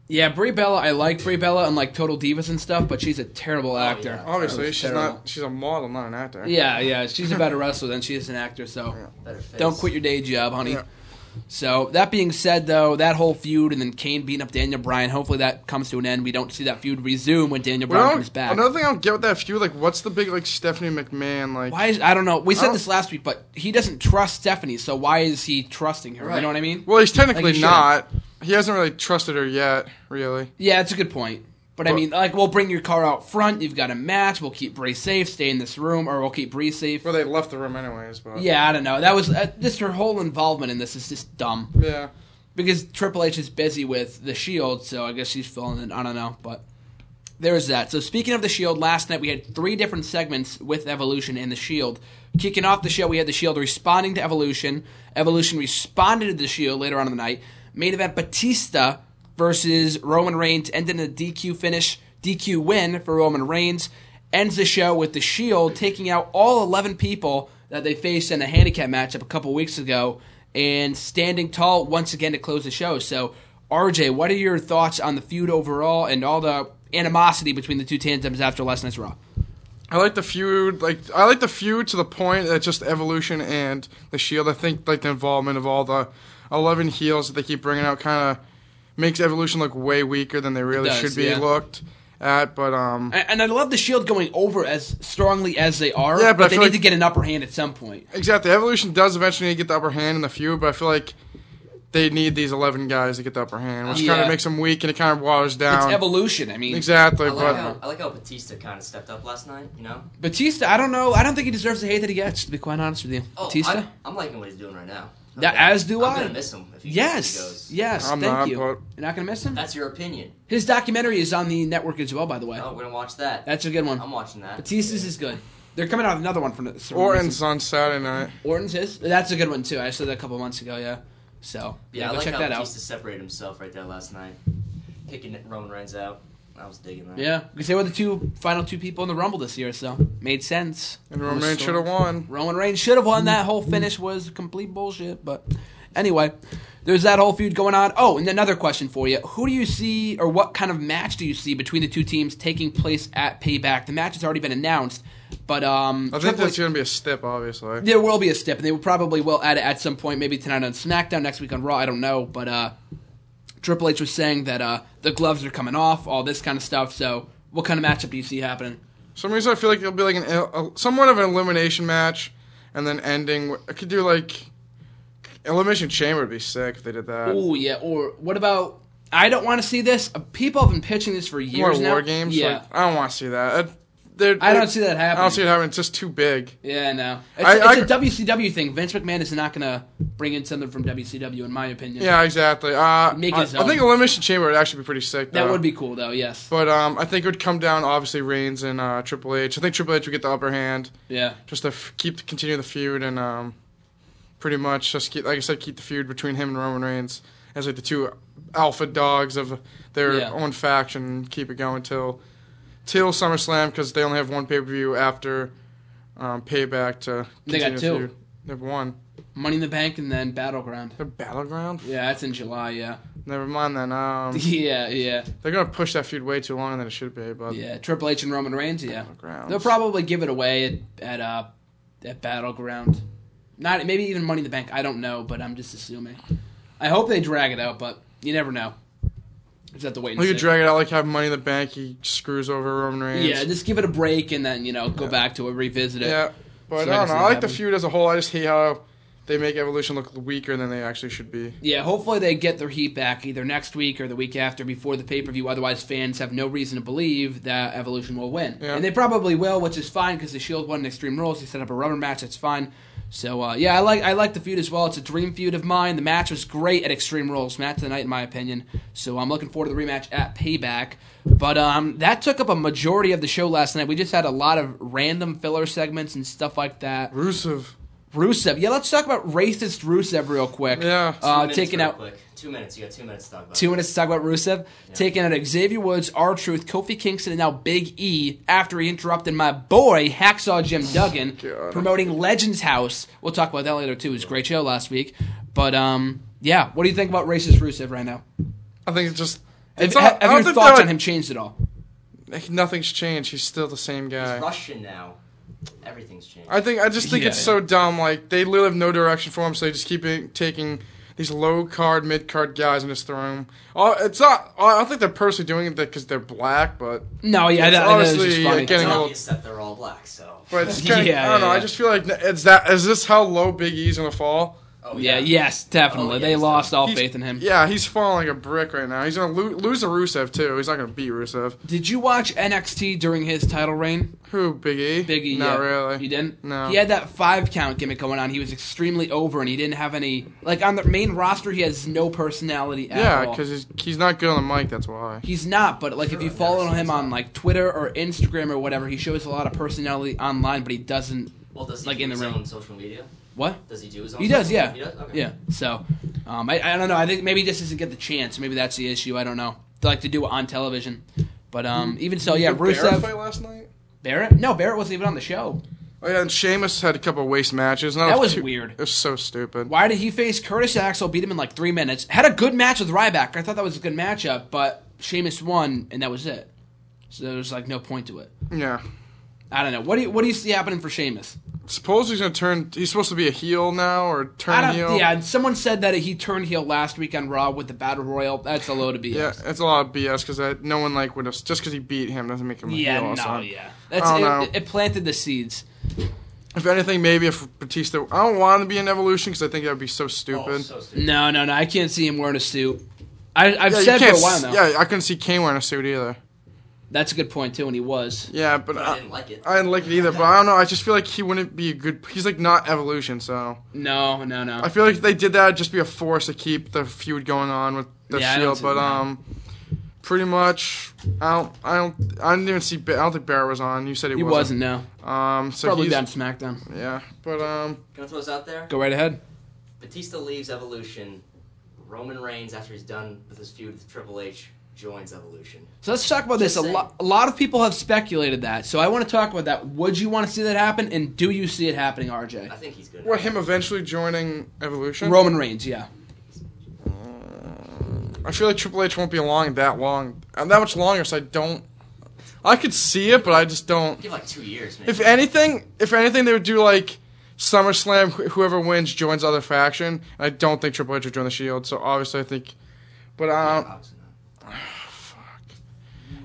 S6: Yeah, Brie Bella. I like Brie Bella and like Total Divas and stuff, but she's a
S7: Oh,
S6: terrible actor.
S8: yeah.
S7: Obviously, she's
S6: terrible.
S7: not. She's a model, not an actor.
S6: Yeah, yeah, she's a better wrestler than she is an actor. So
S8: Better face.
S6: don't quit your day job, honey.
S7: Yeah.
S6: So that being said, though, that whole feud and then Kane beating up Daniel Bryan. Hopefully that comes to an end. We don't see that feud resume when Daniel
S7: We don't-
S6: Bryan comes back.
S7: Another thing I don't get with that feud, like, what's the big like Stephanie McMahon like?
S6: Why is I don't know. We said
S7: don't-
S6: this last week, but he doesn't trust Stephanie. So why is he trusting her? You
S8: Right.
S6: know what I mean?
S7: Well, he's technically
S6: Like, he
S7: not. He hasn't really trusted her yet, really.
S6: Yeah, that's a good point. But I
S7: Well-
S6: mean, like, we'll bring your car out front. You've got a match. We'll keep Bree safe. Stay in this room, or we'll keep Bree safe.
S7: Well, they left the room anyways, but
S6: Yeah, I don't know. That was uh, just her whole involvement in this is just dumb.
S7: yeah.
S6: because Triple H is busy with the Shield, so I guess she's filling in. I don't know, but there's that. So speaking of the Shield, last night we had three different segments with Evolution and the Shield. Kicking off the show, we had the Shield responding to Evolution. Evolution responded to the Shield later on in the night. Main event: Batista versus Roman Reigns, ending in a DQ finish, DQ win for Roman Reigns. Ends the show with the Shield taking out all 11 people that they faced in a handicap matchup a couple weeks ago and standing tall once again to close the show. So, RJ, what are your thoughts on the feud overall and all the animosity between the two tandems after last night's Raw?
S7: I like the feud. Like I like the feud to the point that just evolution and the shield. I think like the involvement of all the eleven heels that they keep bringing out kind of makes evolution look way weaker than they really
S6: does,
S7: should be
S6: yeah.
S7: looked at. But um,
S6: A- And I love the Shield going over as strongly as they are,
S7: Yeah, but
S6: but,
S7: I
S6: they
S7: feel
S6: need
S7: like-
S6: to get an upper hand at some point.
S7: exactly, evolution does eventually get the upper hand in the feud. But I feel like they need these eleven guys to get the upper hand, which kind
S6: Yeah.
S7: of makes them weak and it kind of waters
S6: It's
S7: down.
S6: evolution. I mean,
S7: exactly,
S8: I like,
S7: but
S8: how, I like how Batista kind of stepped up last night. You know.
S6: Batista, I don't know. I don't think he deserves the hate that he gets, to be quite honest with you.
S8: Oh,
S6: Batista?
S8: I'm, I'm liking what he's doing right now. I'm
S6: That-
S8: gonna-
S6: as do
S8: I'm
S6: I.
S8: gonna miss him if he, if he
S6: Yes.
S8: goes.
S6: Yes.
S7: I'm
S6: thank
S7: not,
S6: you.
S7: but-
S6: You're not going to miss him?
S8: That's your opinion.
S6: His documentary is on the network as well, by the way.
S8: Oh, we're gonna watch that.
S6: That's a good one.
S8: I'm watching that.
S6: Batista's is good. They're coming out with another one from some
S7: Orton's on Saturday night.
S6: Orton's his. That's a good one too. I said that a couple months ago. Yeah. So
S8: Yeah,
S6: yeah,
S8: I
S6: go
S8: like
S6: check
S8: how
S6: that out.
S8: Batista separated himself right there last night, kicking Roman Reigns out. I was digging that.
S6: Yeah, because they were the two final two people in the Rumble this year, so made sense.
S7: And Roman Reigns should have won.
S6: Roman Reigns should have won. That whole finish was complete bullshit. But anyway, there's that whole feud going on. Oh, and another question for you: Who do you see, or what kind of match do you see between the two teams taking place at Payback? The match has already been announced, but um,
S7: I think
S6: Triple
S7: that's
S6: H-
S7: gonna be a step, obviously.
S6: there will be a step, and they will probably will add it at some point, maybe tonight on SmackDown, next week on Raw. I don't know, but uh, Triple H was saying that uh, the gloves are coming off, all this kind of stuff. So, what kind of matchup do you see happening?
S7: For some reason I feel like it'll be like an el- a, somewhat of an elimination match, and then ending. with- I could do like elimination chamber would be sick if they did that.
S6: Oh yeah, or what about? I don't want to see this. Uh, People have been pitching this for
S7: More
S6: years now.
S7: war games.
S6: Yeah,
S7: Like, I don't want to see that. I, they're-
S6: I don't
S7: they're-
S6: see that
S7: I
S6: happening.
S7: don't see it happening. It's just too big.
S6: Yeah, no. It's,
S7: I-
S6: it's
S7: I-
S6: a WCW thing. Vince McMahon is not gonna bring in something from WCW, in my opinion.
S7: Yeah, exactly. Uh,
S6: Make
S7: I,
S6: his
S7: I think
S6: own.
S7: elimination chamber would actually be pretty sick.
S6: that
S7: though.
S6: would be cool though. Yes.
S7: But um, I think it would come down obviously Reigns and uh, Triple H. I think Triple H would get the upper hand
S6: Yeah.
S7: just to f- keep continue the feud and um, pretty much just keep, like I said, keep the feud between him and Roman Reigns as like the two alpha dogs of their
S6: Yeah.
S7: own faction. Keep it going till till SummerSlam because they only have one pay per view after um, Payback to
S6: They got
S7: continue the
S6: two.
S7: feud. They have one.
S6: Money in the Bank and then Battleground.
S7: The battleground?
S6: Yeah, that's in July. Yeah. [laughs]
S7: Never mind then. Um,
S6: Yeah, yeah,
S7: they're gonna push that feud way too long than it should be. But
S6: yeah. Triple H and Roman Reigns. Yeah.
S7: Battlegrounds.
S6: They'll probably give it away at at, uh, at Battleground. Not maybe even Money in the Bank. I don't know, but I'm just assuming. I hope they drag it out, but you never know. Just have to wait. And
S7: Well, you
S6: see.
S7: drag it out like have Money in the Bank. He screws over Roman Reigns.
S6: Yeah, just give it a break and then you know go back to it, revisit it.
S7: yeah. But
S6: So I
S7: I
S6: can
S7: don't
S6: see
S7: know.
S6: it
S7: I like the
S6: happening.
S7: feud as a whole. I just hate how they make Evolution look weaker than they actually should be.
S6: Yeah, hopefully they get their heat back either next week or the week after before the pay per view. Otherwise, fans have no reason to believe that Evolution will win,
S7: Yeah.
S6: and they probably will, which is fine because the Shield won in Extreme Rules. They set up a rubber match. That's fine. So uh, yeah, I like I like the feud as well. It's a dream feud of mine. The match was great at Extreme Rules, match of the night in my opinion. So I'm looking forward to the rematch at Payback. But um, that took up a majority of the show last night. We just had a lot of random filler segments and stuff like that.
S7: Rusev.
S6: Rusev, yeah, let's talk about racist Rusev real quick.
S7: Yeah.
S8: Two
S6: uh,
S8: minutes
S6: taking
S8: real
S6: out
S8: Quick. Two minutes. You got two minutes to talk about.
S6: two
S8: it.
S6: minutes to talk about Rusev, taking out Xavier Woods, R Truth, Kofi Kingston, and now Big E after he interrupted my boy, Hacksaw Jim Duggan,
S7: [laughs]
S6: promoting Legends House. We'll talk about that later too. It was a great show last week. But um yeah, what do you think about racist Rusev right now?
S7: I think it's just.
S6: Have,
S7: It's all-
S6: have
S7: I don't
S6: your
S7: think
S6: thoughts
S7: they're
S6: on him changed at all?
S7: like- Nothing's changed. He's still the same guy.
S8: He's Russian now. Everything's changed.
S7: I think I just think
S6: Yeah,
S7: it's
S6: yeah.
S7: so dumb. Like they literally have no direction for him, so they just keep it- taking these low card, mid card guys and just throwing. Them. Oh, it's not. I don't think they're personally doing it because they're black, but
S6: No, yeah, I, I know it's
S7: honestly,
S6: just funny.
S7: yeah, getting
S8: it's
S7: old.
S8: obvious that they're all black. So.
S6: [laughs]
S7: But it's kind of,
S6: Yeah,
S7: I don't know.
S6: yeah,
S7: I
S6: yeah.
S7: just feel like it's that. Is this how low Big E's gonna fall?
S8: Oh
S6: yeah, yes, definitely.
S8: Oh,
S6: they
S8: yes,
S6: lost all
S7: He's-
S6: faith in him.
S7: Yeah, he's falling like a brick right now. He's gonna lo- lose to Rusev too. He's not gonna beat Rusev.
S6: Did you watch NXT during his title reign?
S7: Who Big E?
S6: Biggie.
S7: Not
S6: yeah.
S7: really.
S6: You didn't?
S7: No.
S6: He had that five count gimmick going on. He was extremely over, and he didn't have any like on the main roster. He has no personality at
S7: Yeah,
S6: all.
S7: because he's, he's not good on the mic. That's why.
S6: He's not, but like if you follow him on like Twitter or Instagram or whatever, he shows a lot of personality online, but he doesn't.
S8: Well, does he
S6: Like
S8: do
S6: in the
S8: his
S6: ring.
S8: own social media?
S6: What?
S8: Does he do his own?
S6: He does,
S8: social-
S6: yeah.
S8: He does. Okay.
S6: Yeah. So, um, I, I don't know. I think maybe he just doesn't get the chance. Maybe that's the issue. I don't know. They like to do it on television, but um, even so, yeah.
S7: Barrett
S6: Rusev
S7: fight last night.
S6: Barrett? No, Barrett wasn't even on the show.
S7: Oh yeah, and Sheamus had a couple of waste matches. and
S6: That was
S7: too-
S6: weird.
S7: It was so stupid.
S6: Why did he face Curtis Axel? Beat him in like three minutes. Had a good match with Ryback. I thought that was a good matchup, but Sheamus won, and that was it. So there was like no point to it.
S7: Yeah.
S6: I don't know. What do you what do you see happening for Sheamus?
S7: Suppose he's gonna turn. He's supposed to be a heel now or
S6: I
S7: turn heel.
S6: don't. Yeah, and someone said that he turned heel last week on Raw with the Battle Royal. That's a load of BS.
S7: Yeah, it's a lot of BS because no one like would have just because he beat him doesn't make him a
S6: Yeah,
S7: heel. or
S6: no,
S7: something.
S6: yeah. That's
S7: I
S6: it,
S7: don't know.
S6: it planted the seeds.
S7: If anything, maybe if Batista, I don't want him to be in Evolution because I think that would be so stupid.
S8: Oh, so stupid.
S6: No, no, no. I can't see him wearing a suit. I, I've
S7: yeah, you
S6: said for a
S7: can't
S6: while
S7: s-
S6: now.
S7: Yeah, I couldn't see Kane wearing a suit either.
S6: That's a good point too, and he was.
S7: Yeah, but
S8: I
S7: I,
S8: didn't like it.
S7: I didn't like it either. But I don't know. I just feel like he wouldn't be a good. He's like not Evolution, so
S6: No, no, no.
S7: I feel like if they did that. It'd just be a force to keep the feud going on with the
S6: Yeah, I don't
S7: Shield.
S6: see
S7: But
S6: that.
S7: um, pretty much. I don't. I don't. I didn't even see. Ba- I don't think Barrett was on. You said he,
S6: He wasn't,
S7: wasn't.
S6: no.
S7: Um. So
S6: Probably
S7: he's,
S6: down SmackDown.
S7: Yeah. But um.
S8: Can I throw this out there?
S6: Go right ahead.
S8: Batista leaves Evolution. Roman Reigns, after he's done with his feud with Triple H, joins Evolution.
S6: So let's talk about this. A, lo- a lot of people have speculated that. So I want to talk about that. Would you want to see that happen? And do you see it happening, RJ?
S8: I think he's good.
S7: What him eventually joining Evolution?
S6: Roman Reigns, yeah.
S7: I feel like Triple H won't be along that long, uh, that much longer. So I don't. I could see it, but I just don't.
S8: Give like two years, man.
S7: If anything, if anything, they would do like SummerSlam. wh- Whoever wins joins other faction. I don't think Triple H would join the Shield. So obviously, I think. But um,
S8: Obviously not.
S7: I,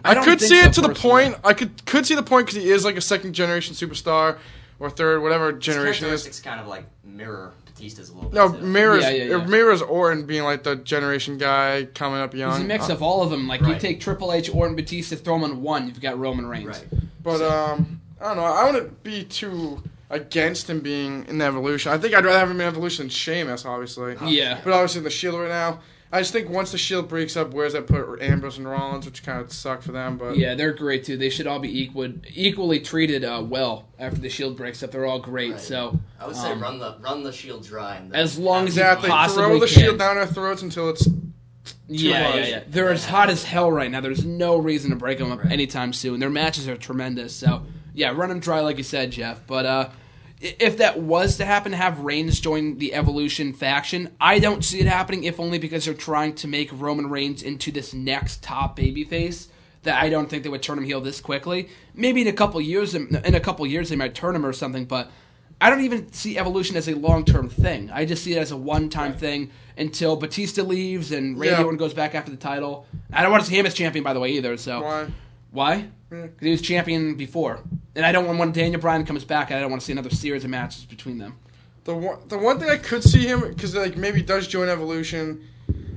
S6: don't
S7: could
S6: think
S7: see
S6: so,
S7: it to the
S6: personally.
S7: point. I could could see the point because he is like a second generation superstar, or third, whatever generation he is.
S8: Characteristics kind of like mirror Batista's a little bit.
S7: No,
S8: too.
S7: mirrors.
S6: Yeah, yeah, yeah.
S7: It mirrors Orton being like the generation guy coming up young.
S6: It's a mix
S7: Uh,
S6: of all of them. Like you
S8: Right.
S6: take Triple H, Orton, Batista, throw them on one. You've got Roman Reigns.
S8: Right.
S7: But um, I don't know. I wouldn't be too against him being in the evolution. I think I'd rather have him in evolution than Sheamus, obviously.
S6: Yeah.
S7: But obviously in the Shield right now, I just think once the Shield breaks up, where's that put Ambrose and Rollins, which kind of sucked for them. But
S6: Yeah, they're great too. They should all be equal, equally treated uh, well after the Shield breaks up. They're all great.
S8: Right.
S6: So
S8: I would say run the run the shield dry. And then-
S6: Um, as long as
S7: exactly.
S6: you possibly
S7: Throw the
S6: can.
S7: Shield down our throats until it's.
S6: yeah, yeah,
S7: large.
S6: yeah. They're as hot as hell right now. There's no reason to break them up anytime soon. Their matches are tremendous. So yeah, run them dry like you said, Jeff. But uh, i- if that was to happen, to have Reigns join the Evolution faction, I don't see it happening. If only because they're trying to make Roman Reigns into this next top babyface. That I don't think they would turn him heel this quickly. Maybe in a couple years, in a couple years they might turn him or something. But I don't even see evolution as a long term thing. I just see it as a one time thing until Batista leaves and Randy
S7: Yeah.
S6: Orton goes back after the title. I don't want to see him as champion, by the way, either. So
S7: Why?
S6: Why? Because he was champion before, and I don't want when Daniel Bryan comes back. I don't want to see another series of matches between them.
S7: The one, the one thing I could see him because like maybe he does join Evolution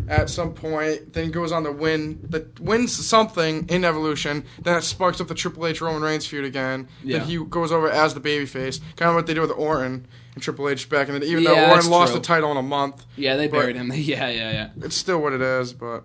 S7: at some point, then goes on to win that wins something in Evolution, then it sparks up the Triple H Roman Reigns feud again.
S6: Yeah.
S7: Then he goes over as the babyface, kind of what they did with Orton and Triple H back in the day. Even
S6: Yeah,
S7: though
S6: that's
S7: Orton lost
S6: true.
S7: the title in a month,
S6: Yeah, they
S7: But-
S6: buried him. [laughs] yeah, yeah, yeah.
S7: it's still what it is. But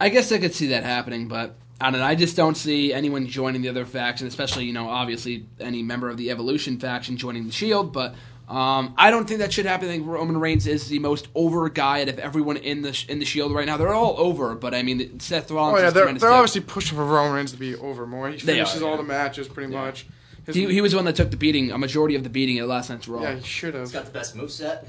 S6: I guess I could see that happening, but I don't know. I just don't see anyone joining the other faction, especially, you know, obviously any member of the Evolution faction joining the Shield, but um, I don't think that should happen. I think Roman Reigns is the most over guy out of everyone in the in the Shield right now. They're all over, but I mean, Seth
S7: oh
S6: Rollins
S7: yeah,
S6: is
S7: they're,
S6: tremendous
S7: they're
S6: too.
S7: obviously pushing for Roman Reigns to be over more. He
S6: They
S7: finishes
S6: are,
S7: all
S6: yeah.
S7: the matches pretty much. His-
S6: He, he was the one that took the beating, a majority of the beating at last night's Raw.
S7: yeah, he should
S8: he's
S7: have.
S8: got the best moveset.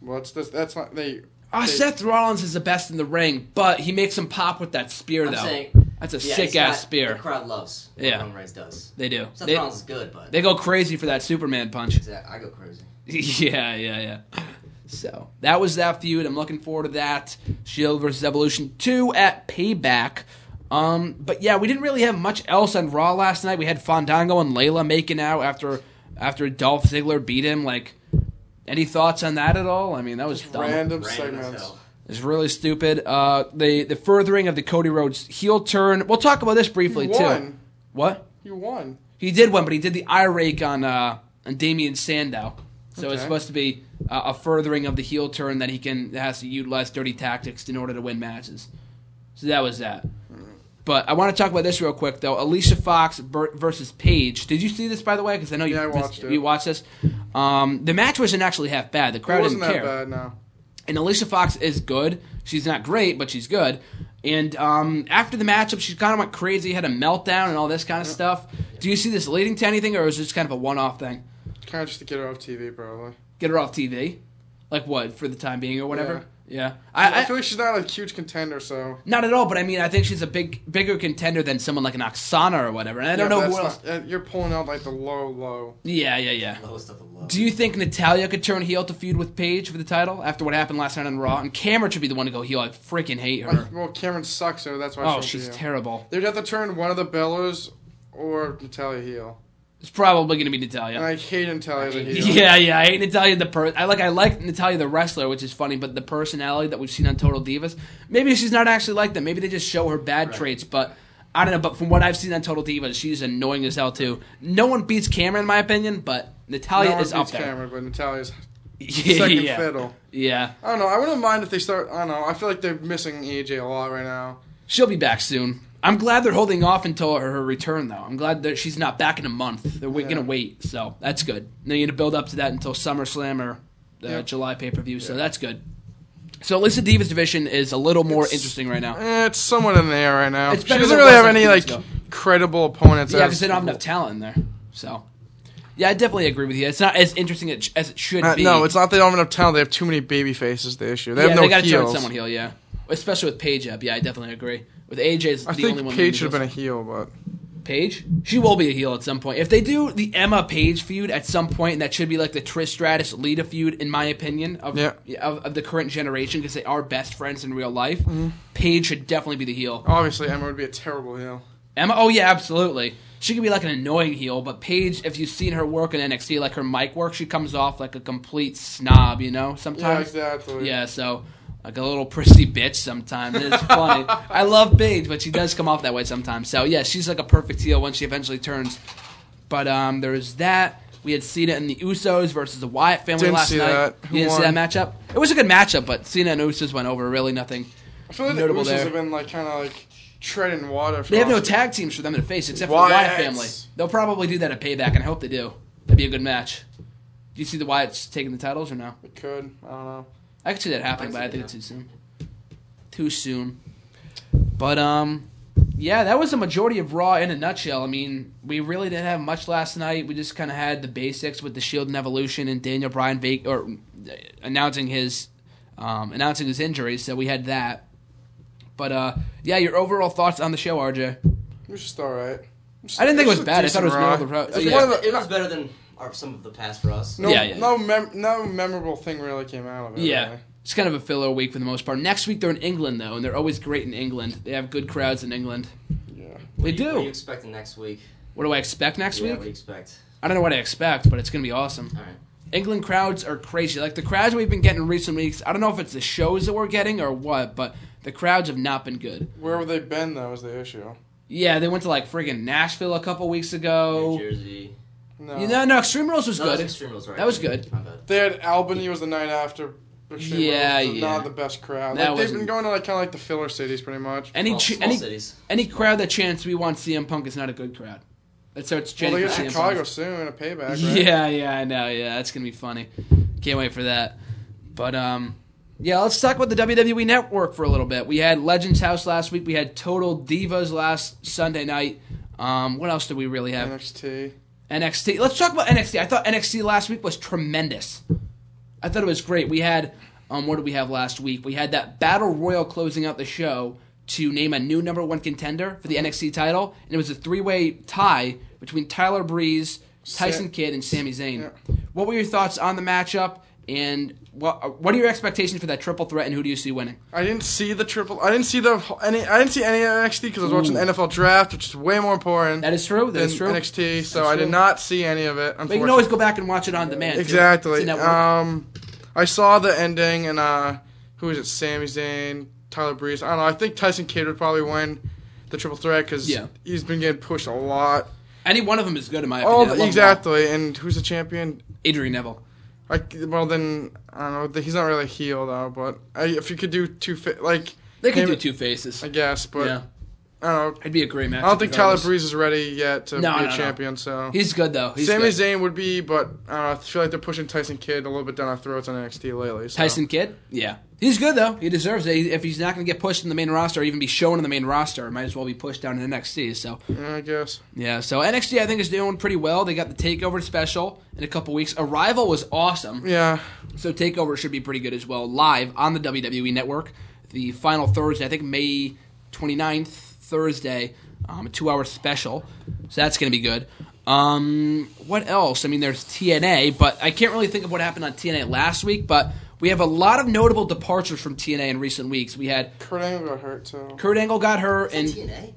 S7: Well, it's this. That's not they.
S6: Ah,
S7: they-
S6: Seth Rollins is the best in the ring, but he makes him pop with that spear,
S8: I'm
S6: though.
S8: saying
S6: That's a
S8: yeah,
S6: sick
S8: he's
S6: ass
S8: got-
S6: spear.
S8: The crowd loves. what
S6: Yeah.
S8: Roman Reigns does.
S6: They do.
S8: Seth
S6: They,
S8: Rollins is good, but
S6: they go crazy for that Superman
S8: [laughs]
S6: punch. [laughs]
S8: Exact- I go crazy.
S6: Yeah, yeah, yeah. So that was that feud. I'm looking forward to that. Shield E versus Evolution 2 at Payback. Um, but yeah, we didn't really have much else on Raw last night. We had Fandango and Layla making out after after Dolph Ziggler beat him. Like, any thoughts on that at all? I mean, that was dumb.
S8: Random
S7: Random
S8: as
S7: segments.
S8: hell.
S6: It's really stupid. Uh, the the furthering of the Cody Rhodes heel turn. We'll talk about this briefly
S7: He won.
S6: too. What?
S7: You won.
S6: He did one, but he did the eye rake on uh, on Damian Sandow. So it's
S7: Okay.
S6: supposed to be uh, a furthering of the heel turn that he can has to utilize dirty tactics in order to win matches. So that was that. But I want to talk about this real quick though. Alicia Fox ver- versus Paige. Did you see this by the way? Because I know you
S7: Yeah, I
S6: missed-
S7: watched it.
S6: you watched this. Um, the match wasn't actually half bad. The crowd
S7: it wasn't
S6: didn't
S7: that
S6: care.
S7: bad now.
S6: And Alicia Fox is good. She's not great, but she's good. And um, after the matchup, she kind of went crazy, had a meltdown, and all this kind of stuff. Do you see this leading to anything, or is this kind of a one-off thing?
S7: Kind of just to get her off TV, probably.
S6: Get her off TV, like what for the time being, or whatever. Yeah,
S7: I,
S6: I,
S7: feel
S6: I
S7: like she's not a huge contender, so.
S6: not at all. But I mean, I think she's a big, bigger contender than someone like an Oksana or whatever. And I don't
S7: Yeah,
S6: know
S7: that's
S6: who else.
S7: not- uh, you're pulling out like the low, low.
S6: Yeah, yeah, yeah.
S8: Lowest of the low.
S6: Do you think Natalia could turn heel to feud with Paige for the title after what happened last night on Raw? And Cameron should be the one to go heel. I freaking hate her.
S7: Well, Cameron sucks, so that's why.
S6: Oh,
S7: she
S6: she's
S7: won't be here.
S6: terrible.
S7: They'd have to turn one of the Bellas or Natalia heel,
S6: It's probably going to be Natalia.
S7: and I hate Natalia as a heel.
S6: Yeah, yeah. I hate Natalia the per. I like I like Natalia the wrestler, which is funny, but the personality that we've seen on Total Divas, maybe she's not actually like that. Maybe they just show her bad traits, but. I don't know, but from what I've seen on Total Divas, she's annoying as hell too. No one beats Cameron, in my opinion, but Natalia
S7: No one
S6: is up
S7: beats
S6: there. [laughs]
S7: Cameron, but Natalia's
S6: Yeah,
S7: second
S6: yeah.
S7: fiddle.
S6: Yeah,
S7: I don't know. I wouldn't mind if they start. I don't know. I feel like they're missing AJ a lot right now.
S6: She'll be back soon. I'm glad they're holding off until her her return, though. I'm glad that she's not back in a month. They're wait, gonna wait, so that's good. They need to build up to that until SummerSlam or the July pay per view, so that's good. So at least the Divas division is a little more interesting right now.
S7: Eh, it's somewhat in the air right now.
S6: It's
S7: She
S6: better
S7: doesn't
S6: than it
S7: really
S6: was
S7: have
S6: a
S7: any
S6: few
S7: like
S6: years ago.
S7: credible opponents.
S6: Yeah,
S7: as-
S6: because they don't have enough talent in there. So, yeah, I definitely agree with you. It's not as interesting as as it should
S7: Uh,
S6: be.
S7: no, it's not. They don't have enough talent. They have too many baby faces. The issue. They have
S6: yeah,
S7: no
S6: they gotta
S7: heels.
S6: turn someone heel. Yeah, especially with Paige up. Yeah, I definitely agree. With AJ's
S7: I
S6: the only
S7: think
S6: one.
S7: Paige should have been a heel, but
S6: Paige. She will be a heel at some point. If they do the Emma Page feud at some point, and that should be like the Trish Stratus Lita feud, in my opinion, of
S7: Yeah.
S6: of, of the current generation because they are best friends in real life. Paige should definitely be the heel.
S7: obviously Emma would be a terrible heel.
S6: Emma, oh yeah, absolutely. She could be like an annoying heel, but Paige, if you've seen her work in NXT, like her mic work, she comes off like a complete snob, you know,
S7: Yeah,
S6: sometimes.
S7: exactly.
S6: Yeah, so like a little prissy bitch sometimes.
S7: [laughs]
S6: It's funny. I love Paige, but she does come off that way sometimes. So yeah, she's like a perfect heel when she eventually turns. But um, there was that. We had Cena and the Usos versus the Wyatt family
S7: Didn't
S6: last
S7: see
S6: night.
S7: that. Who
S6: You didn't see
S7: won?
S6: that matchup? It was a good matchup, but Cena and Usos went over. Really, nothing.
S7: I feel like
S6: Notable
S7: the Usos
S6: there.
S7: have been like kind of like treading water. For
S6: They have no
S7: us.
S6: tag teams for them to face except for the
S7: Wyatt.
S6: Wyatt family. They'll probably do that at Payback, and I hope they do. That'd be a good match. Do you see the Wyatts taking the titles or no?
S7: They Could I don't know.
S6: I could see that happening,
S8: I'd
S6: but
S8: see
S6: I
S8: it,
S6: think
S8: yeah.
S6: it's too soon. Too soon. But um, yeah, that was the majority of Raw in a nutshell. I mean, we really didn't have much last night. We just kind of had the basics with the Shield and Evolution and Daniel Bryan vac- or uh, announcing his um, announcing his injury. So we had that. But uh, yeah, your overall thoughts on the show, RJ?
S7: It was just all right.
S6: I didn't think it was
S7: a
S6: bad. I thought it was
S7: decent
S6: middle
S7: Raw.
S6: of the road.
S7: It's
S6: Yeah.
S7: one of the-
S8: It was better than our, some of the past for us.
S7: No,
S6: Yeah, yeah.
S7: no, mem- no memorable thing really came out of it.
S6: Yeah.
S7: really.
S6: It's kind of a filler week for the most part. Next week they're in England though, and they're always great in England. They have good crowds in England.
S7: Yeah.
S6: They
S8: What are you
S6: do.
S8: expecting next week?
S6: What do I expect next
S8: Yeah, what do you
S6: week?
S8: expect?
S6: I don't know what I expect, but it's gonna be awesome.
S8: All right.
S6: England crowds are crazy. Like the crowds we've been getting in recent weeks, I don't know if it's the shows that we're getting or what, but the crowds have not been good.
S7: Where have they been though? Is the issue.
S6: Yeah, they went to like friggin' Nashville a couple weeks ago.
S8: New Jersey.
S7: No.
S6: You know, no, Extreme Rules was
S8: No, that was
S6: good.
S8: Extreme Rules, right?
S6: That was good.
S8: My bad.
S7: They had Albany was the night after. Extreme
S6: Yeah,
S7: Rules,
S6: yeah.
S7: Not the best crowd.
S6: That
S7: Like, they've been
S6: wasn't-
S7: going to like kind of like the filler cities pretty much.
S6: Any
S8: Small,
S6: ch-
S8: small
S6: any
S8: cities.
S6: any crowd that chants we want CM Punk is not a good crowd. That's how it's
S7: well,
S6: chanting
S7: they get
S6: for CM Punk.
S7: Chicago soon. A payback. Right?
S6: Yeah, yeah, I know. Yeah, that's gonna be funny. Can't wait for that. But um, yeah, let's talk about the WWE Network for a little bit. We had Legends House last week. We had Total Divas last Sunday night. Um, what else did we really have?
S7: NXT.
S6: NXT. Let's talk about NXT. I thought NXT last week was tremendous. I thought it was great. We had um, what did we have last week? We had that battle royal closing out the show to name a new number one contender for the NXT title, and it was a three way tie between Tyler Breeze, Tyson
S7: Sa-
S6: Kidd, and Sami Zayn. What were your thoughts on the matchup? And what what are your expectations for that triple threat? And who do you see winning?
S7: I didn't see the triple. I didn't see the whole- any. I didn't see any NXT because I was watching the NFL draft, which is way more important.
S6: That is true. That
S7: than
S6: is true.
S7: NXT, so
S6: That's
S7: I
S6: true.
S7: did not see any of it. Unfortunately.
S6: But you can always go back and watch it on demand. too. It's a
S7: Exactly.
S6: network.
S7: Um, I saw the ending, and uh, who is it? Sami Zayn, Tyler Breeze. I don't know. I think Tyson Kidd would probably win the triple threat because
S6: Yeah.
S7: he's been getting pushed a lot.
S6: Any one of them is good in my opinion. I
S7: All
S6: love
S7: the-
S6: them all.
S7: exactly. And who's the champion?
S6: Adrian Neville.
S7: I, well, then I don't know. He's not really a heel though, but I, if you could do two, fi- like
S6: They could
S7: Name
S6: do
S7: it.
S6: two faces.
S7: I guess, but
S6: yeah,
S7: I don't know.
S6: it'd be a great match.
S7: I don't think Tyler
S6: regardless.
S7: Breeze is ready yet to
S6: No,
S7: be
S6: no,
S7: a
S6: no.
S7: champion. So
S6: He's good though. He's
S7: Sami
S6: good.
S7: Zayn would be, but I, don't know, I feel like they're pushing Tyson Kidd a little bit down our throats on NXT lately. So.
S6: Tyson Kidd. Yeah, he's good though. He deserves it. If he's not going to get pushed in the main roster or even be shown in the main roster, it might as well be pushed down in NXT. So
S7: I guess.
S6: yeah, so NXT I think is doing pretty well. They got the Takeover special in a couple weeks. Arrival was awesome.
S7: Yeah.
S6: So Takeover should be pretty good as well. Live on the WWE Network, the final Thursday, I think May 29th, Thursday, um, a two-hour special. So that's going to be good. Um, what else? I mean, there's TNA, but I can't really think of what happened on TNA last week. But we have a lot of notable departures from TNA in recent weeks. We had
S7: Kurt Angle got hurt too.
S6: Kurt Angle got hurt, and
S8: TNA?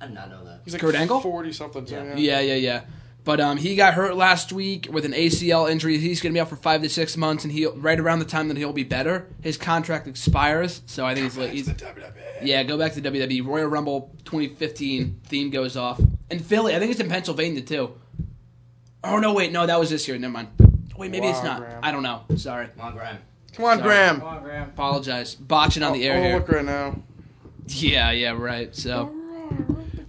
S8: I did not know that.
S7: He's like
S6: Kurt Angle?
S7: forty something. too, Yeah.
S6: yeah, yeah, yeah. But um, he got hurt last week with an ACL injury. He's going to be out for five to six months, and he will right around the time that he'll be better, his contract expires. So I think he's, he's Yeah, go back to WWE. E. Royal Rumble 2015 theme goes off. And Philly, I think it's in Pennsylvania too. Oh no, wait, no, that was this year. Never mind. Wait, maybe it's
S7: Wow,
S6: not.
S7: Graham.
S6: I don't know. Sorry,
S8: Come on, Graham.
S7: Come on,
S6: Sorry.
S7: Graham.
S8: Graham.
S7: Oh,
S6: apologize. Botching on the air
S7: I'll
S6: here.
S7: look right now.
S6: Yeah, yeah, right. So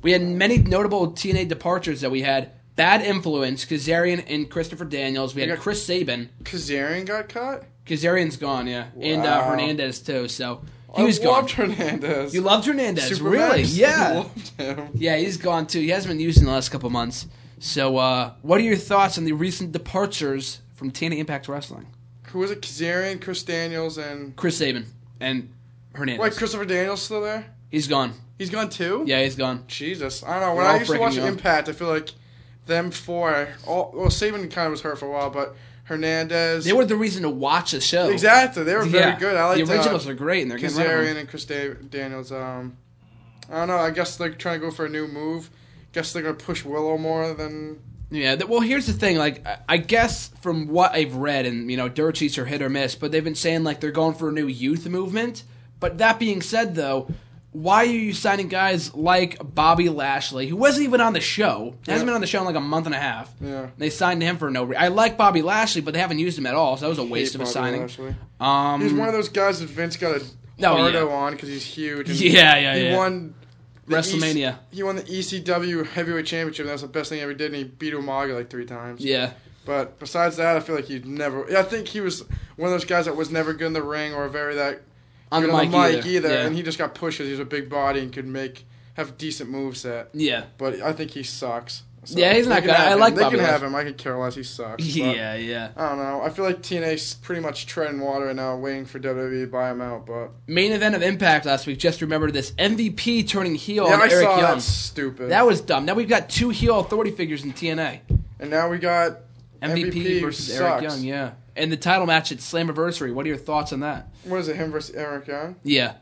S6: we had many notable TNA departures that we had. Bad influence, Kazarian and Christopher Daniels. We had Chris Sabin.
S7: Kazarian got caught.
S6: Kazarian's gone, yeah, and uh,
S7: Wow.
S6: Hernandez too. So he was
S7: I
S6: gone.
S7: loved Hernandez.
S6: You loved Hernandez,
S7: Supermax.
S6: really?
S7: [laughs] I
S6: Yeah,
S7: loved him.
S6: yeah. He's gone too. He hasn't been used in the last couple months. So, uh, what are your thoughts on the recent departures from TNA Impact Wrestling?
S7: Who was it? Kazarian, Chris Daniels, and
S6: Chris Sabin and Hernandez.
S7: wait, Christopher Daniels still there?
S6: he's gone.
S7: He's gone too.
S6: Yeah, he's gone.
S7: Jesus, I don't know. When
S6: We're all
S7: I used to
S6: freaking
S7: watch
S6: young.
S7: Impact, I feel like them four. All, well, Saban kind of was hurt for a while, but Hernandez.
S6: They were the reason to watch the show.
S7: exactly. They were very
S6: Oh. Yeah.
S7: good. I like
S6: the originals are great, and they're getting rid of
S7: Kazarian
S6: them.
S7: and Chris Da- Daniels. Um, I don't know. I guess they're trying to go for a new move. Guess they're gonna push Willow more than
S6: Yeah. th- well, here's the thing. Like, I- I guess from what I've read, and you know, dirt sheets are hit or miss, but they've been saying like they're going for a new youth movement. But that being said, though, why are you signing guys like Bobby Lashley, who wasn't even on the show? Hasn't been on the show in like a month and a half.
S7: Yeah.
S6: They signed him for no. Re- I like Bobby Lashley, but they haven't used him at all. So that was a waste of a
S7: Bobby
S6: signing.
S7: Lashley.
S6: Um,
S7: He's one of those guys that Vince got a
S6: Oh,
S7: hard
S6: yeah.
S7: O on because he's huge. and
S6: Yeah, yeah,
S7: He
S6: yeah.
S7: won the
S6: WrestleMania.
S7: EC he won the ECW Heavyweight Championship. and That's the best thing he ever did, and he beat Umaga like three times.
S6: yeah.
S7: But besides that, I feel like he'd never. I think he was one of those guys that was never good in the ring or very that
S6: On
S7: good
S6: the mic either. Yeah. [laughs]
S7: And he just got pushed because he's a big body and could make have decent moveset.
S6: Yeah.
S7: But I think he sucks. So
S6: Yeah, he's
S7: they
S6: not
S7: can
S6: good.
S7: have
S6: I
S7: him.
S6: like
S7: They
S6: Bobby
S7: can have
S6: Lashley.
S7: him. I could care less. He sucks. but-
S6: Yeah. Yeah.
S7: I don't know. I feel like TNA's pretty much treading water right now, waiting for WWE to buy him out. But
S6: main event of Impact last week. Just remember this: MVP turning heel
S7: yeah,
S6: on
S7: I
S6: Oh, Eric
S7: saw
S6: Young.
S7: that stupid.
S6: That was dumb. Now we've got two heel authority figures in TNA:
S7: and now we got
S6: MVP,
S7: MVP
S6: versus
S7: sucks.
S6: Eric Young. Yeah, and the title match at Slammiversary. What are your thoughts on that?
S7: What is it? Him versus Eric Young?
S6: Yeah,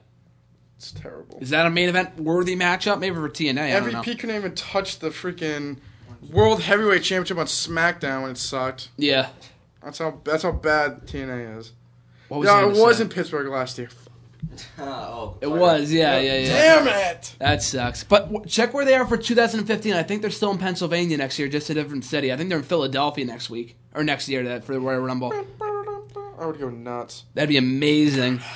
S7: It's terrible.
S6: is that a main event worthy matchup? Maybe for TNA. I don't know.
S7: MVP couldn't even touch the freaking World Heavyweight Championship on SmackDown when it sucked.
S6: Yeah.
S7: That's how that's how bad TNA is.
S6: What I
S7: No,
S6: gonna
S7: it
S6: say?
S7: was in Pittsburgh last year.
S8: Uh, [laughs] oh,
S6: It was. Yeah. Yeah. Yeah.
S7: Damn it!
S6: That sucks. But w- check where they are for 2015. I think they're still in Pennsylvania next year, just a different city. I think they're in Philadelphia next week or next year that for the Royal Rumble.
S7: I would go nuts.
S6: That'd be amazing.
S7: [sighs]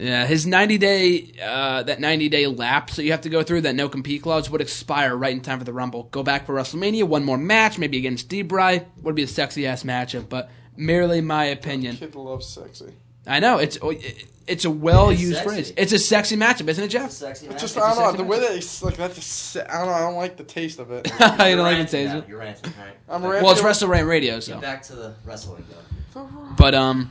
S6: Yeah, his 90 day, uh, that 90 day lapse that you have to go through, that no compete clause would expire right in time for the Rumble. Go back for WrestleMania, one more match, maybe against Debray. Would be a sexy ass matchup, but merely my opinion.
S7: Kid loves sexy.
S6: I know it's oh, it's a well used
S8: sexy.
S6: phrase. It's a sexy matchup, isn't it,
S7: [laughs]
S6: Jeff?
S8: sexy man.
S7: Just
S8: It's
S7: I
S8: a
S7: don't know
S8: sexy
S7: the
S8: man.
S7: way they like that's just I don't know I don't like the taste of
S6: [laughs]
S7: it.
S6: I don't
S8: You're
S6: like the
S8: ranting
S6: taste.
S8: now.
S6: of it.
S8: You're ranting. All right.
S7: I'm
S8: Back-
S6: Well, it's
S7: ranting.
S6: WrestleRant Radio, so.
S8: Back to the wrestling though.
S6: But um,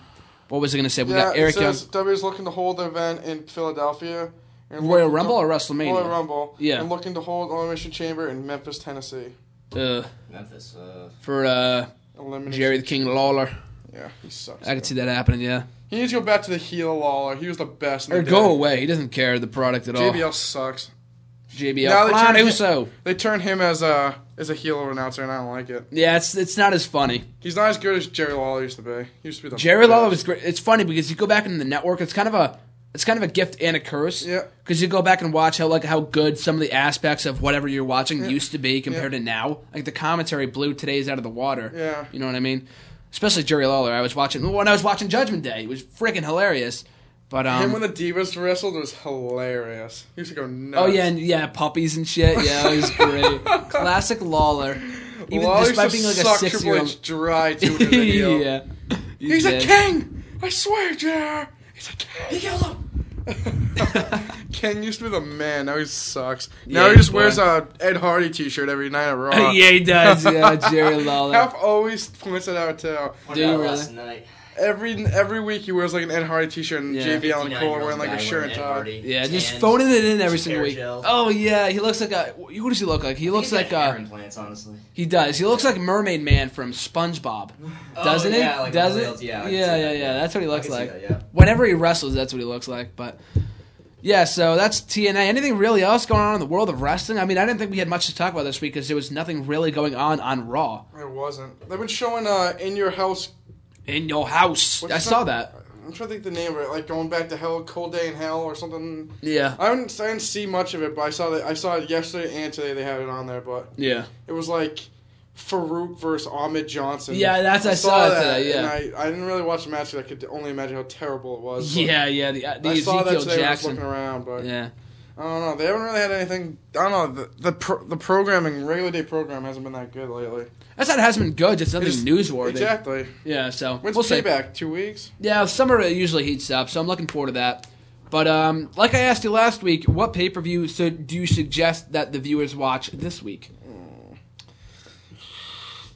S6: what was I gonna say? We
S7: yeah,
S6: got Eric
S7: it
S6: Young.
S7: says W's looking to hold the event in Philadelphia. And
S6: Royal
S7: looking
S6: Rumble or WrestleMania?
S7: Royal Rumble.
S6: Yeah.
S7: And looking to hold Elimination Chamber in Memphis, Tennessee.
S6: Uh,
S8: Memphis. Uh,
S6: for uh,
S7: Elimination.
S6: Jerry the King Lawler,
S7: Yeah, he sucks.
S6: I could see that happening. Yeah,
S7: He needs to go back to the heel Lawler. He was the best. in
S6: or
S7: the
S6: go
S7: day.
S6: away. He doesn't care the product at all.
S7: JBL sucks.
S6: JBL.
S7: Now that
S6: Ron
S7: you're-
S6: Uso.
S7: They turned him as a as a heel announcer, and I don't like it.
S6: Yeah, it's it's not as funny.
S7: He's not as good as Jerry Lawler used to be. He used to be the
S6: Jerry Lawler was
S7: best.
S6: great. It's funny because you go back in the network. It's kind of a it's kind of a gift and a curse.
S7: Yeah.
S6: Because you go back and watch how like how good some of the aspects of whatever you're watching used to be compared to now. Like the commentary blew today's out of the water.
S7: Yeah.
S6: You know what I mean? Especially Jerry Lawler. I was watching when I was watching Judgment Day. It was freaking hilarious. But um.
S7: Him when the Divas wrestled was hilarious. He used to go nuts.
S6: Oh yeah, and yeah, puppies and shit. Yeah, it was
S7: [laughs]
S6: great. Classic Lawler, even
S7: Lawler
S6: despite
S7: used
S6: being
S7: to
S6: like a
S7: suck
S6: six
S7: Triple
S6: year
S7: H
S6: old.
S7: dry too.
S6: [laughs]
S7: in the heel.
S6: yeah, He
S7: He's a
S6: did.
S7: king! I swear, Jer! He's a king! [laughs] Ken used to be the man. Now he sucks. Now
S6: Yeah,
S7: he just
S6: boy.
S7: wears a Ed Hardy T-shirt every night at
S6: [laughs] [laughs]
S7: Raw.
S6: yeah, he does. Yeah,
S7: [laughs]
S6: Jerry Lawler.
S7: Half always points it out too.
S8: what
S6: Do
S8: about
S6: you
S8: last
S6: really?
S8: night?
S7: Every every week he wears like an Ed Hardy T-shirt and
S6: Yeah.
S7: JBL and
S8: 59-year-old
S7: Cole are wearing like
S8: guy
S7: a shirt and
S8: Ed
S7: tie.
S8: Hardy,
S6: yeah, just
S8: tanned,
S6: phoning it in every
S8: just
S6: single
S8: hair
S6: week.
S8: gel.
S6: Oh yeah, he looks like a. What does he look like? He looks
S8: He's got
S6: like uh
S8: hair implants, honestly.
S6: He does. He looks like Mermaid Man from SpongeBob, doesn't he?
S8: Oh, yeah, like
S6: does
S8: the
S6: it?
S8: wheels, yeah, I can
S6: yeah,
S8: see
S6: yeah,
S8: that,
S6: yeah. That's what he looks
S8: can see
S6: like.
S8: that, yeah.
S6: Whenever he wrestles, that's what he looks like. But yeah, so that's TNA. Anything really else going on in the world of wrestling? I mean, I didn't think we had much to talk about this week because there was nothing really going on on Raw.
S7: It wasn't. They've been showing uh, in your house.
S6: In your house,
S7: What's
S6: I
S7: that?
S6: saw that.
S7: I'm trying to think the name of it. Like going back to hell, cold day in hell, or something.
S6: Yeah,
S7: I didn't, I didn't see much of it, but I saw that I saw it yesterday and today. They had it on there, but
S6: yeah.
S7: it was like Farouk versus Ahmed Johnson.
S6: Yeah, that's- I saw it today, yeah.
S7: and I, I didn't really watch the match. 'cause I could only imagine how terrible it was. but
S6: Yeah, yeah, the, uh, the
S7: I saw that
S6: Ezekiel
S7: today when I was
S6: Jackson.
S7: looking around, but
S6: Yeah.
S7: I don't know. They haven't really had anything. I don't know. The the, pro, the programming, regular day program, hasn't been that good lately.
S6: That's not it hasn't been good. It's nothing
S7: It's-
S6: newsworthy.
S7: Exactly.
S6: Yeah, so
S7: When's
S6: we'll see.
S7: payback? Two weeks.
S6: Yeah, summer it usually heats up, so I'm looking forward to that. But um, like I asked you last week, what pay per view so do you suggest that the viewers watch this week?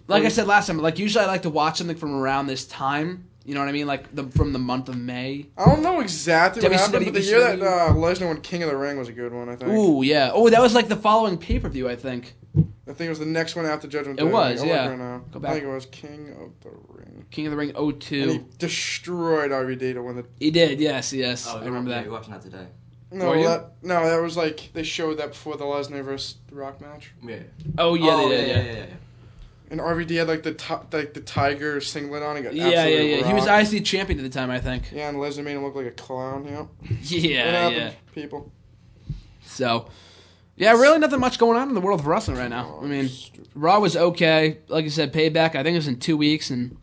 S6: Like I said last time, like usually I like to watch something from around this time. You know what I mean? Like the, from the month of May.
S7: I don't know exactly what happened, but the year that
S6: WCW.
S7: uh, Lesnar won King of the Ring was a good one. I think.
S6: Ooh, yeah. Oh, that was like the following pay per view, I think.
S7: I think it was the next one after Judgment
S6: It
S7: Day.
S6: was,
S7: I'll look
S6: yeah.
S7: Right now.
S6: Go back.
S7: I think it was King of the Ring.
S6: King of the Ring
S7: And he
S6: 02.
S7: destroyed RVD to win the.
S6: He did, yes, yes. I
S8: you're-
S6: remember
S8: Oh, yeah,
S6: that.
S8: You're watching that today.
S7: No,
S6: Were you?
S7: that no, that was like they showed that before the Lesnar versus The Rock match,
S8: Yeah.
S6: Oh, yeah,
S8: oh,
S6: they did, yeah.
S8: yeah, yeah, yeah.
S7: and RVD had like the ti- like the tiger singlet on. He got
S6: Yeah, yeah, yeah.
S7: absolutely
S6: He was
S7: rocked.
S6: IC champion at the time, I think. [laughs]
S7: Yeah, and Lesnar made him look like a clown. Yeah. what
S6: Yeah,
S7: happened,
S6: yeah.
S7: people?
S6: So, yeah, really nothing much going on in the world of wrestling right now. I mean, Raw was okay. Like you said, Payback, I think it was in two weeks, and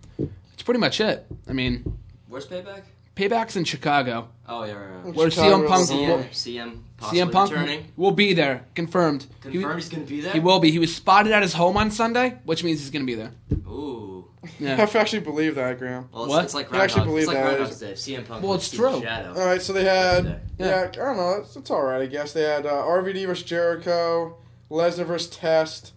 S6: it's pretty much it. I mean,
S8: Where's payback?
S6: Payback's in Chicago.
S8: Oh yeah, right, right. right.
S6: Where
S7: Chicago
S6: CM Punk,
S7: is in
S6: will,
S8: CM, CM, possibly
S6: CM Punk
S8: returning.
S6: will be there, confirmed. He-
S8: Confirmed he's gonna be there.
S6: He will be. He was spotted at his home on Sunday, which means he's going to be there.
S8: Ooh.
S7: I
S6: Yeah.
S7: actually believe that, Graham.
S8: Well, it's,
S6: What?
S8: it's like
S7: I
S8: Groundhog.
S7: actually believe
S8: It's like
S7: that. Uh,
S8: Groundhog's Day. CM Punk.
S6: Well,
S8: with
S6: it's
S8: Steve's
S6: true.
S7: All
S8: Shadow.
S7: right, so they had
S6: Yeah.
S7: yeah, I don't know, it's, it's all right, I guess. They had uh, RVD versus Jericho, Lesnar versus Test,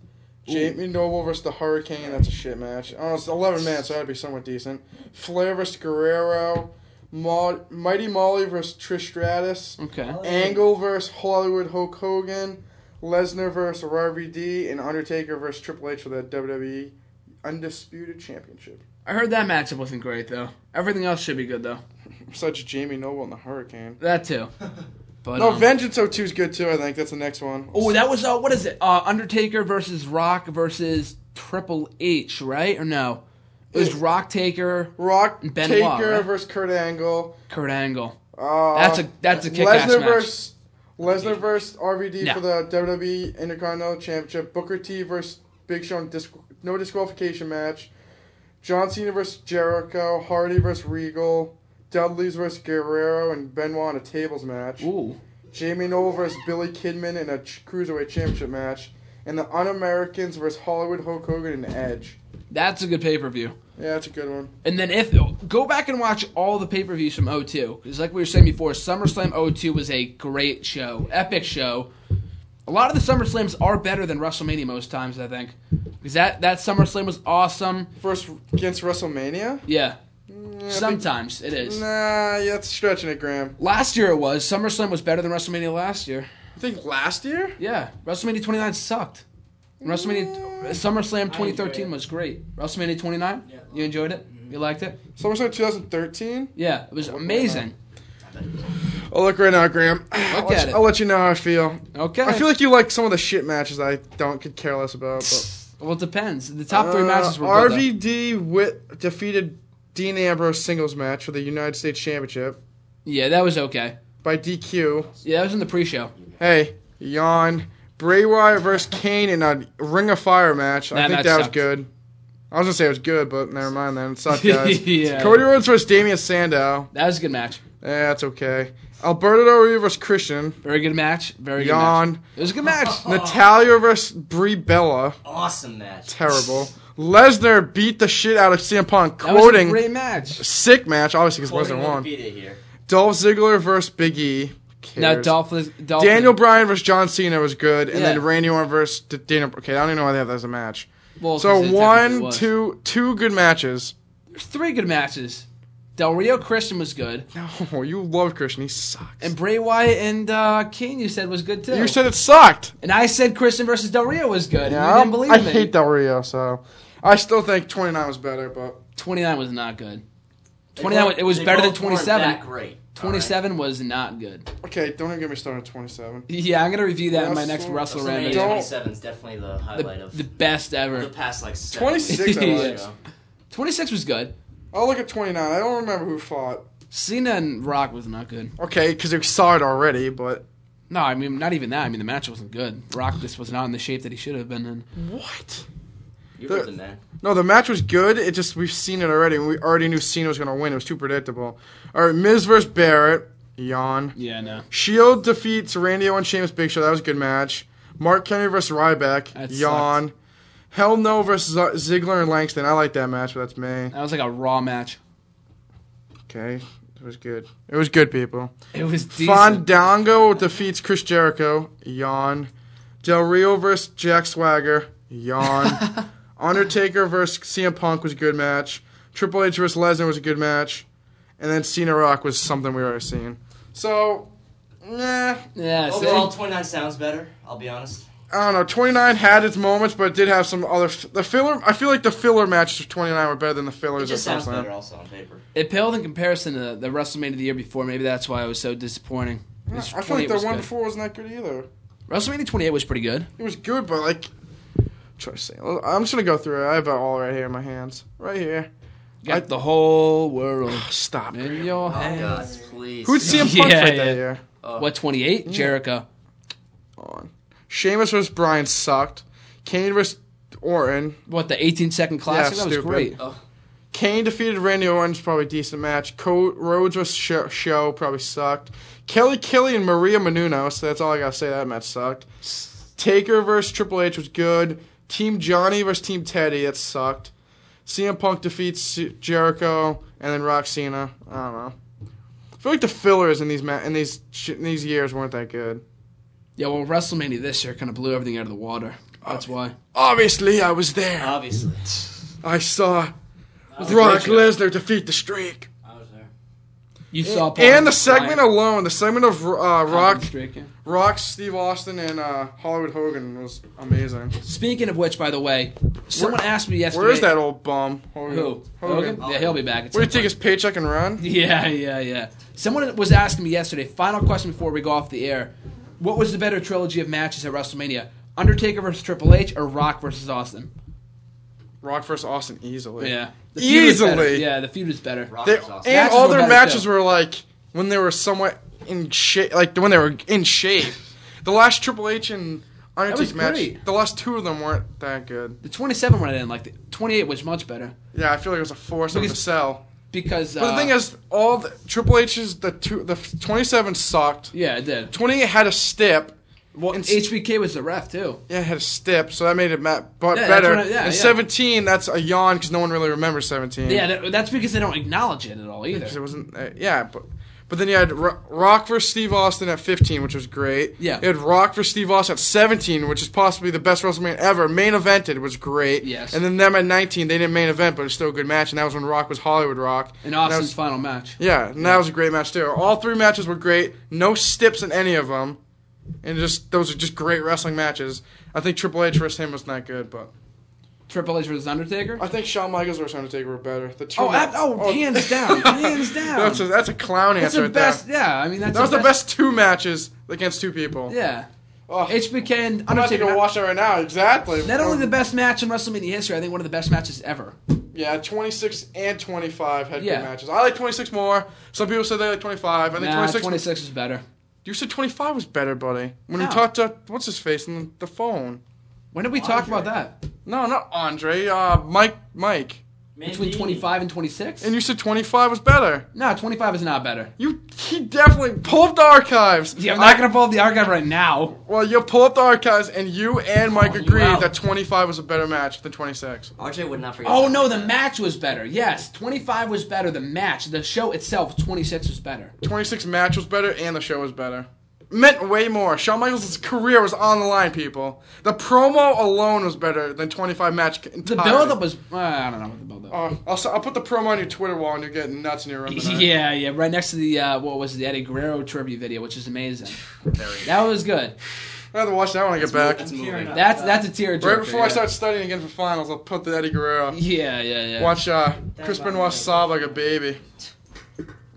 S7: Jamie Noble versus the Hurricane. That's a shit match. Oh, it's eleven minutes, so that'd be somewhat decent. Flair versus Guerrero, Mo- Mighty Molly versus Trish Stratus,
S6: Okay.
S7: Angle versus Hollywood Hulk Hogan, Lesnar versus RVD, and Undertaker versus Triple H for the WWE Undisputed Championship.
S6: I heard that matchup wasn't great, though. Everything else should be good, though.
S7: Such Jamie Noble and the Hurricane.
S8: [laughs]
S6: That, too. But,
S7: No,
S6: um,
S7: Oh, Vengeance 02 is good too. I think that's the next one.
S6: Oh, that was uh, what is it? Uh, Undertaker versus Rock versus Triple H, right or no? It was
S7: Yeah.
S6: Rock Taker,
S7: Rock
S6: Benoit,
S7: Taker
S6: right?
S7: versus Kurt Angle.
S6: Kurt Angle.
S7: Uh,
S6: That's a that's a kick ass
S7: Lesnar
S6: match.
S7: versus Lesnar versus RVD
S6: No.
S7: for the WWE Intercontinental Championship. Booker T versus Big Show in disc- no disqualification match. John Cena versus Jericho. Hardy versus Regal. Dudley's versus Guerrero and Benoit in a tables match.
S6: Ooh,
S7: Jamie Noble versus Billy Kidman in a ch- cruiserweight championship match. And the Un-Americans versus Hollywood Hulk Hogan and Edge.
S6: that's a good pay per view.
S7: Yeah, that's a good one.
S6: And then if go back and watch all the pay per views from 02. because like we were saying before, SummerSlam 02 was a great show, epic show. A lot of the SummerSlams are better than WrestleMania most times, I think, because that that SummerSlam was awesome.
S7: First against WrestleMania?
S6: Yeah, sometimes it is.
S7: Mm, Nah, yeah, it's stretching it, Graham.
S6: Last year it was SummerSlam was better than WrestleMania last year.
S7: I think last year?
S6: Yeah, WrestleMania 29 sucked. WrestleMania SummerSlam 2013 was great. WrestleMania 29, you enjoyed it? You liked it?
S7: SummerSlam 2013?
S6: Yeah, it was amazing.
S7: I'll look right now, Graham. I'll, let
S6: at
S7: you,
S6: it.
S7: I'll let you know how I feel.
S6: Okay.
S7: Oh, I feel like you like some of the shit matches I don't could care less about. But,
S6: well, it depends. The top three matches were
S7: Uh,
S6: good, though.
S7: RVD with, defeated Dean Ambrose singles match for the United States Championship
S6: Yeah, that was okay.
S7: by DQ.
S6: Yeah, that was in the pre-show.
S7: Hey, yawn. Bray Wyatt versus Kane in a Ring of Fire match. I
S6: That
S7: think
S6: match
S7: that was
S6: sucked.
S7: good. I was gonna say it was good, but never mind then. It sucked, guys.
S6: [laughs] Yeah.
S7: Cody Rhodes versus Damian Sandow.
S6: That was a good match.
S7: Yeah, that's okay. Alberto Del Rio versus Christian.
S6: Very good match. Very good match.
S7: Yawn.
S6: It was a good
S7: [laughs]
S6: match.
S7: Natalia versus Brie Bella.
S8: Awesome match.
S7: Terrible. Lesnar beat the shit out of CM Punk,
S6: That was a
S7: quoting
S6: great match.
S7: sick match, obviously because
S8: Corbin
S7: Lesnar
S8: wouldn't
S7: won.
S8: Be there here.
S7: Dolph Ziggler versus Big E. Who
S6: Now
S7: cares?
S6: Dolph, Liz- Dolph
S7: Daniel Bryan versus John Cena was good, and
S6: Yeah.
S7: then Randy Orton versus D- Daniel. Okay, I don't even know why they have that as a match.
S6: Well, 'cause
S7: So
S6: it technically
S7: one,
S6: was.
S7: two, two good matches.
S6: There's three good matches. Del Rio Christian was good,
S7: Oh, [laughs] you love Christian. He sucks.
S6: and Bray Wyatt and uh, Kane you said was good too.
S7: you said it sucked.
S6: And I said Christian versus Del Rio was good. and
S7: Yeah,
S6: you didn't believe
S7: I
S6: me.
S7: hate Del Rio, so I still think 29 was better, but
S6: 29 was not good.
S8: They
S6: 29
S8: both-
S6: it was
S8: they
S6: better than
S8: both weren't
S6: 27.
S8: That great.
S6: 27 was not good.
S7: okay, don't even get me started on 27.
S6: Yeah, I'm going to review that in my next Wrestle
S7: Wrestle-
S8: WrestleMania
S6: Ramble.
S7: Don't-
S8: 27 is definitely the highlight
S6: The,
S8: of
S6: the
S8: the,
S6: best ever.
S8: past like seven
S7: 26 I
S8: years.
S7: like.
S6: Yes. 26 was good.
S7: I'll Oh, look at 29. I don't remember who fought.
S6: Cena and Rock was not good.
S7: Okay, because we saw it already, but
S6: No, I mean, not even that. I mean, the match wasn't good. Rock just was not in the shape that he should have been in.
S7: what?
S8: You
S7: The-
S8: heard the man.
S7: No, the match was good. It just we've seen it already, and we already knew Cena was gonna win. It was too predictable. All right, Miz versus Barrett. Yawn.
S6: Yeah, no.
S7: Shield defeats Randy Orton, Sheamus, Big Show. That was a good match. Mark Henry versus Ryback.
S6: That
S7: yawn. Hell No versus uh, Ziggler and Langston. I like that match, but that's May.
S6: That was like a raw match.
S7: Okay, it was good. It was good, people.
S6: It was decent.
S7: Fandango defeats Chris Jericho. Yawn. Del Rio versus Jack Swagger.
S6: [laughs]
S7: Yawn. Undertaker versus CM Punk was a good match. Triple H versus Lesnar was a good match. And then Cena Rock was something we were already seeing. So, nah.
S6: Yeah, so-
S8: Overall, 29 sounds better. I'll be honest.
S7: I don't know. 29 had its moments, but it did have some other. F- the filler. I feel like the filler matches of 29 were better than the
S8: It
S7: fillers
S8: just
S7: of
S8: sounds
S7: SummerSlam.
S8: better also on paper.
S6: It paled in comparison to the WrestleMania the year before. Maybe that's why it was so disappointing.
S7: I
S6: 28
S7: feel like the
S6: was
S7: one
S6: good.
S7: before wasn't that good either.
S6: WrestleMania 28 was pretty good.
S7: It was good, but like. Try to say. I'm just gonna go through it. I have it all right here in my hands. Right here.
S6: Got
S7: I-
S6: the whole world
S7: Stop.
S6: in
S7: [sighs]
S6: your
S8: Oh,
S6: hand.
S8: God, please.
S7: Who'd
S6: [laughs]
S7: CM Punk
S6: Yeah,
S7: fight
S6: yeah.
S7: that year?
S6: What 28? Jericho.
S7: On. Sheamus versus Bryan sucked. Kane versus Orton.
S6: What the 18 second classic? that was
S7: stupid. Oh.
S6: great.
S7: Kane defeated Randy Orton's probably a decent match. Co- Rhodes versus Sho- Show probably sucked. Kelly Kelly and Maria Menounos. That's all I gotta say. That match sucked. Taker versus Triple H was good. Team Johnny versus Team Teddy. That sucked. CM Punk defeats C- Jericho and then Rock Cena. I don't know. I feel like the fillers in these ma- in these sh- in these years weren't that good.
S6: Yeah, well, WrestleMania this year kind of blew everything out of the water. That's why.
S7: Obviously, I was there.
S8: Obviously.
S7: I saw Brock Lesnar defeat the streak.
S8: I was there.
S6: You saw Paul
S7: And the
S6: Bryant-
S7: segment alone, the segment of uh, Rock,
S6: Streak, yeah.
S7: Rock, Steve Austin, and uh, Hollywood Hogan was amazing.
S6: Speaking of which, by the way, someone
S7: Where-
S6: asked me yesterday.
S7: Where is that old bum? Hogan.
S6: Who?
S7: Hogan. Oh.
S6: Hogan? Yeah, he'll be back. at some
S7: Where did he take his paycheck and run?
S6: [laughs] Yeah, yeah, yeah. Someone was asking me yesterday. Final question before we go off the air: What was the better trilogy of matches at WrestleMania? Undertaker versus Triple H or Rock versus Austin?
S7: Rock versus Austin easily.
S6: Yeah, the feud was better.
S7: Easily.
S6: Yeah, the feud is better.
S7: They,
S8: Rockers also.
S7: and
S6: Matches
S7: all
S6: were
S7: their
S6: better,
S7: matches
S6: too.
S7: were like when they were somewhat in shape, like when they were in shape. the last Triple H and
S6: was
S7: Undertaker match,
S6: great.
S7: the last two of them weren't that good.
S6: The twenty-seven one I didn't like. The twenty-eight was much better
S7: Yeah, I feel like it was a force of the
S6: Because-
S7: sell.
S6: because.
S7: But
S6: uh,
S7: the thing is, all the, Triple H's the two, the twenty seven sucked.
S6: yeah, it did.
S7: Twenty eight had a step.
S6: Well,
S7: and s-
S6: HBK was the ref too.
S7: Yeah, it had a step, so that made it ma- but
S6: Yeah, that's
S7: better.
S6: what I- yeah,
S7: and
S6: yeah.
S7: seventeen, that's a yawn because no one really remembers seventeen.
S6: Yeah, that, that's because they don't acknowledge it at all either.
S7: 'Cause it wasn't. Uh, yeah, but but then you had Ro- Rock versus Steve Austin at fifteen, which was great.
S6: Yeah.
S7: you had Rock versus Steve Austin at seventeen, which is possibly the best WrestleMania ever. Main evented was great.
S6: Yes.
S7: and then them at nineteen, they didn't main event, but it was still a good match, and that was when Rock was Hollywood Rock.
S6: In
S7: that
S6: Austin's
S7: was-
S6: final match.
S7: Yeah, and that was a great match too. All three matches were great. No stips in any of them, and just those are just great wrestling matches. I think Triple H versus him was not good, but
S6: Triple H versus Undertaker.
S7: I think Shawn Michaels versus Undertaker were better. The two
S6: Oh,
S7: ma-
S6: ab- oh, hands
S7: [laughs]
S6: down, hands down.
S7: That's a, that's a clown
S6: that's
S7: answer.
S6: the
S7: right there.
S6: best. Yeah, I mean that's
S7: That was the best two matches against two people.
S6: Yeah.
S7: Oh,
S6: HBK and
S7: I'm not
S6: Undertaker.
S7: taking a watch that right now. Exactly.
S6: Not only the
S7: Um,
S6: best match in WrestleMania history, I think one of the best matches ever.
S7: Yeah, 26 and 25 had
S6: Yeah.
S7: good matches. I like 26 more. Some people said they like 25. I think
S6: Nah,
S7: 26.
S6: 26, is better.
S7: You said 25 was better, buddy. When we
S6: No.
S7: talked to what's his face on the phone.
S6: When did we talk about that?
S7: No, not Andre. Uh, Mike. Mike.
S6: Between 25 and 26?
S7: And you said 25 was better.
S6: no, 25 is not better.
S7: You he definitely pull up the archives.
S6: Yeah, I'm not going to pull up the archive right now.
S7: Well, you pull up the archives, and you and
S6: Oh,
S7: Mike
S8: Calling you
S7: agreed
S8: out.
S7: that 25 was a better match than 26.
S8: RJ would not forget.
S6: Oh,
S8: that.
S6: no, the match was better. Yes, 25 was better. The match, the show itself, 26 was better.
S7: 26 match was better and the show was better. Meant way more. Shawn Michaels' career was on the line, people. The promo alone was better than 25 match.
S6: The build up was. Uh, I don't know what the build up
S7: Uh, I'll, s- I'll put the promo on your Twitter wall and you're getting nuts in
S6: [laughs]
S7: your room. tonight.
S6: Yeah, yeah, right next to the, uh, what was it, the Eddie Guerrero tribute video, which is amazing. That was good.
S7: I have to watch that when I get back.
S8: That's moving.
S6: That's that's a tearjerker.
S7: Right before I
S6: yeah.
S7: start studying again for finals, I'll put the Eddie Guerrero.
S6: Yeah, yeah, yeah.
S7: Watch uh, Chris Benoit sob like a baby.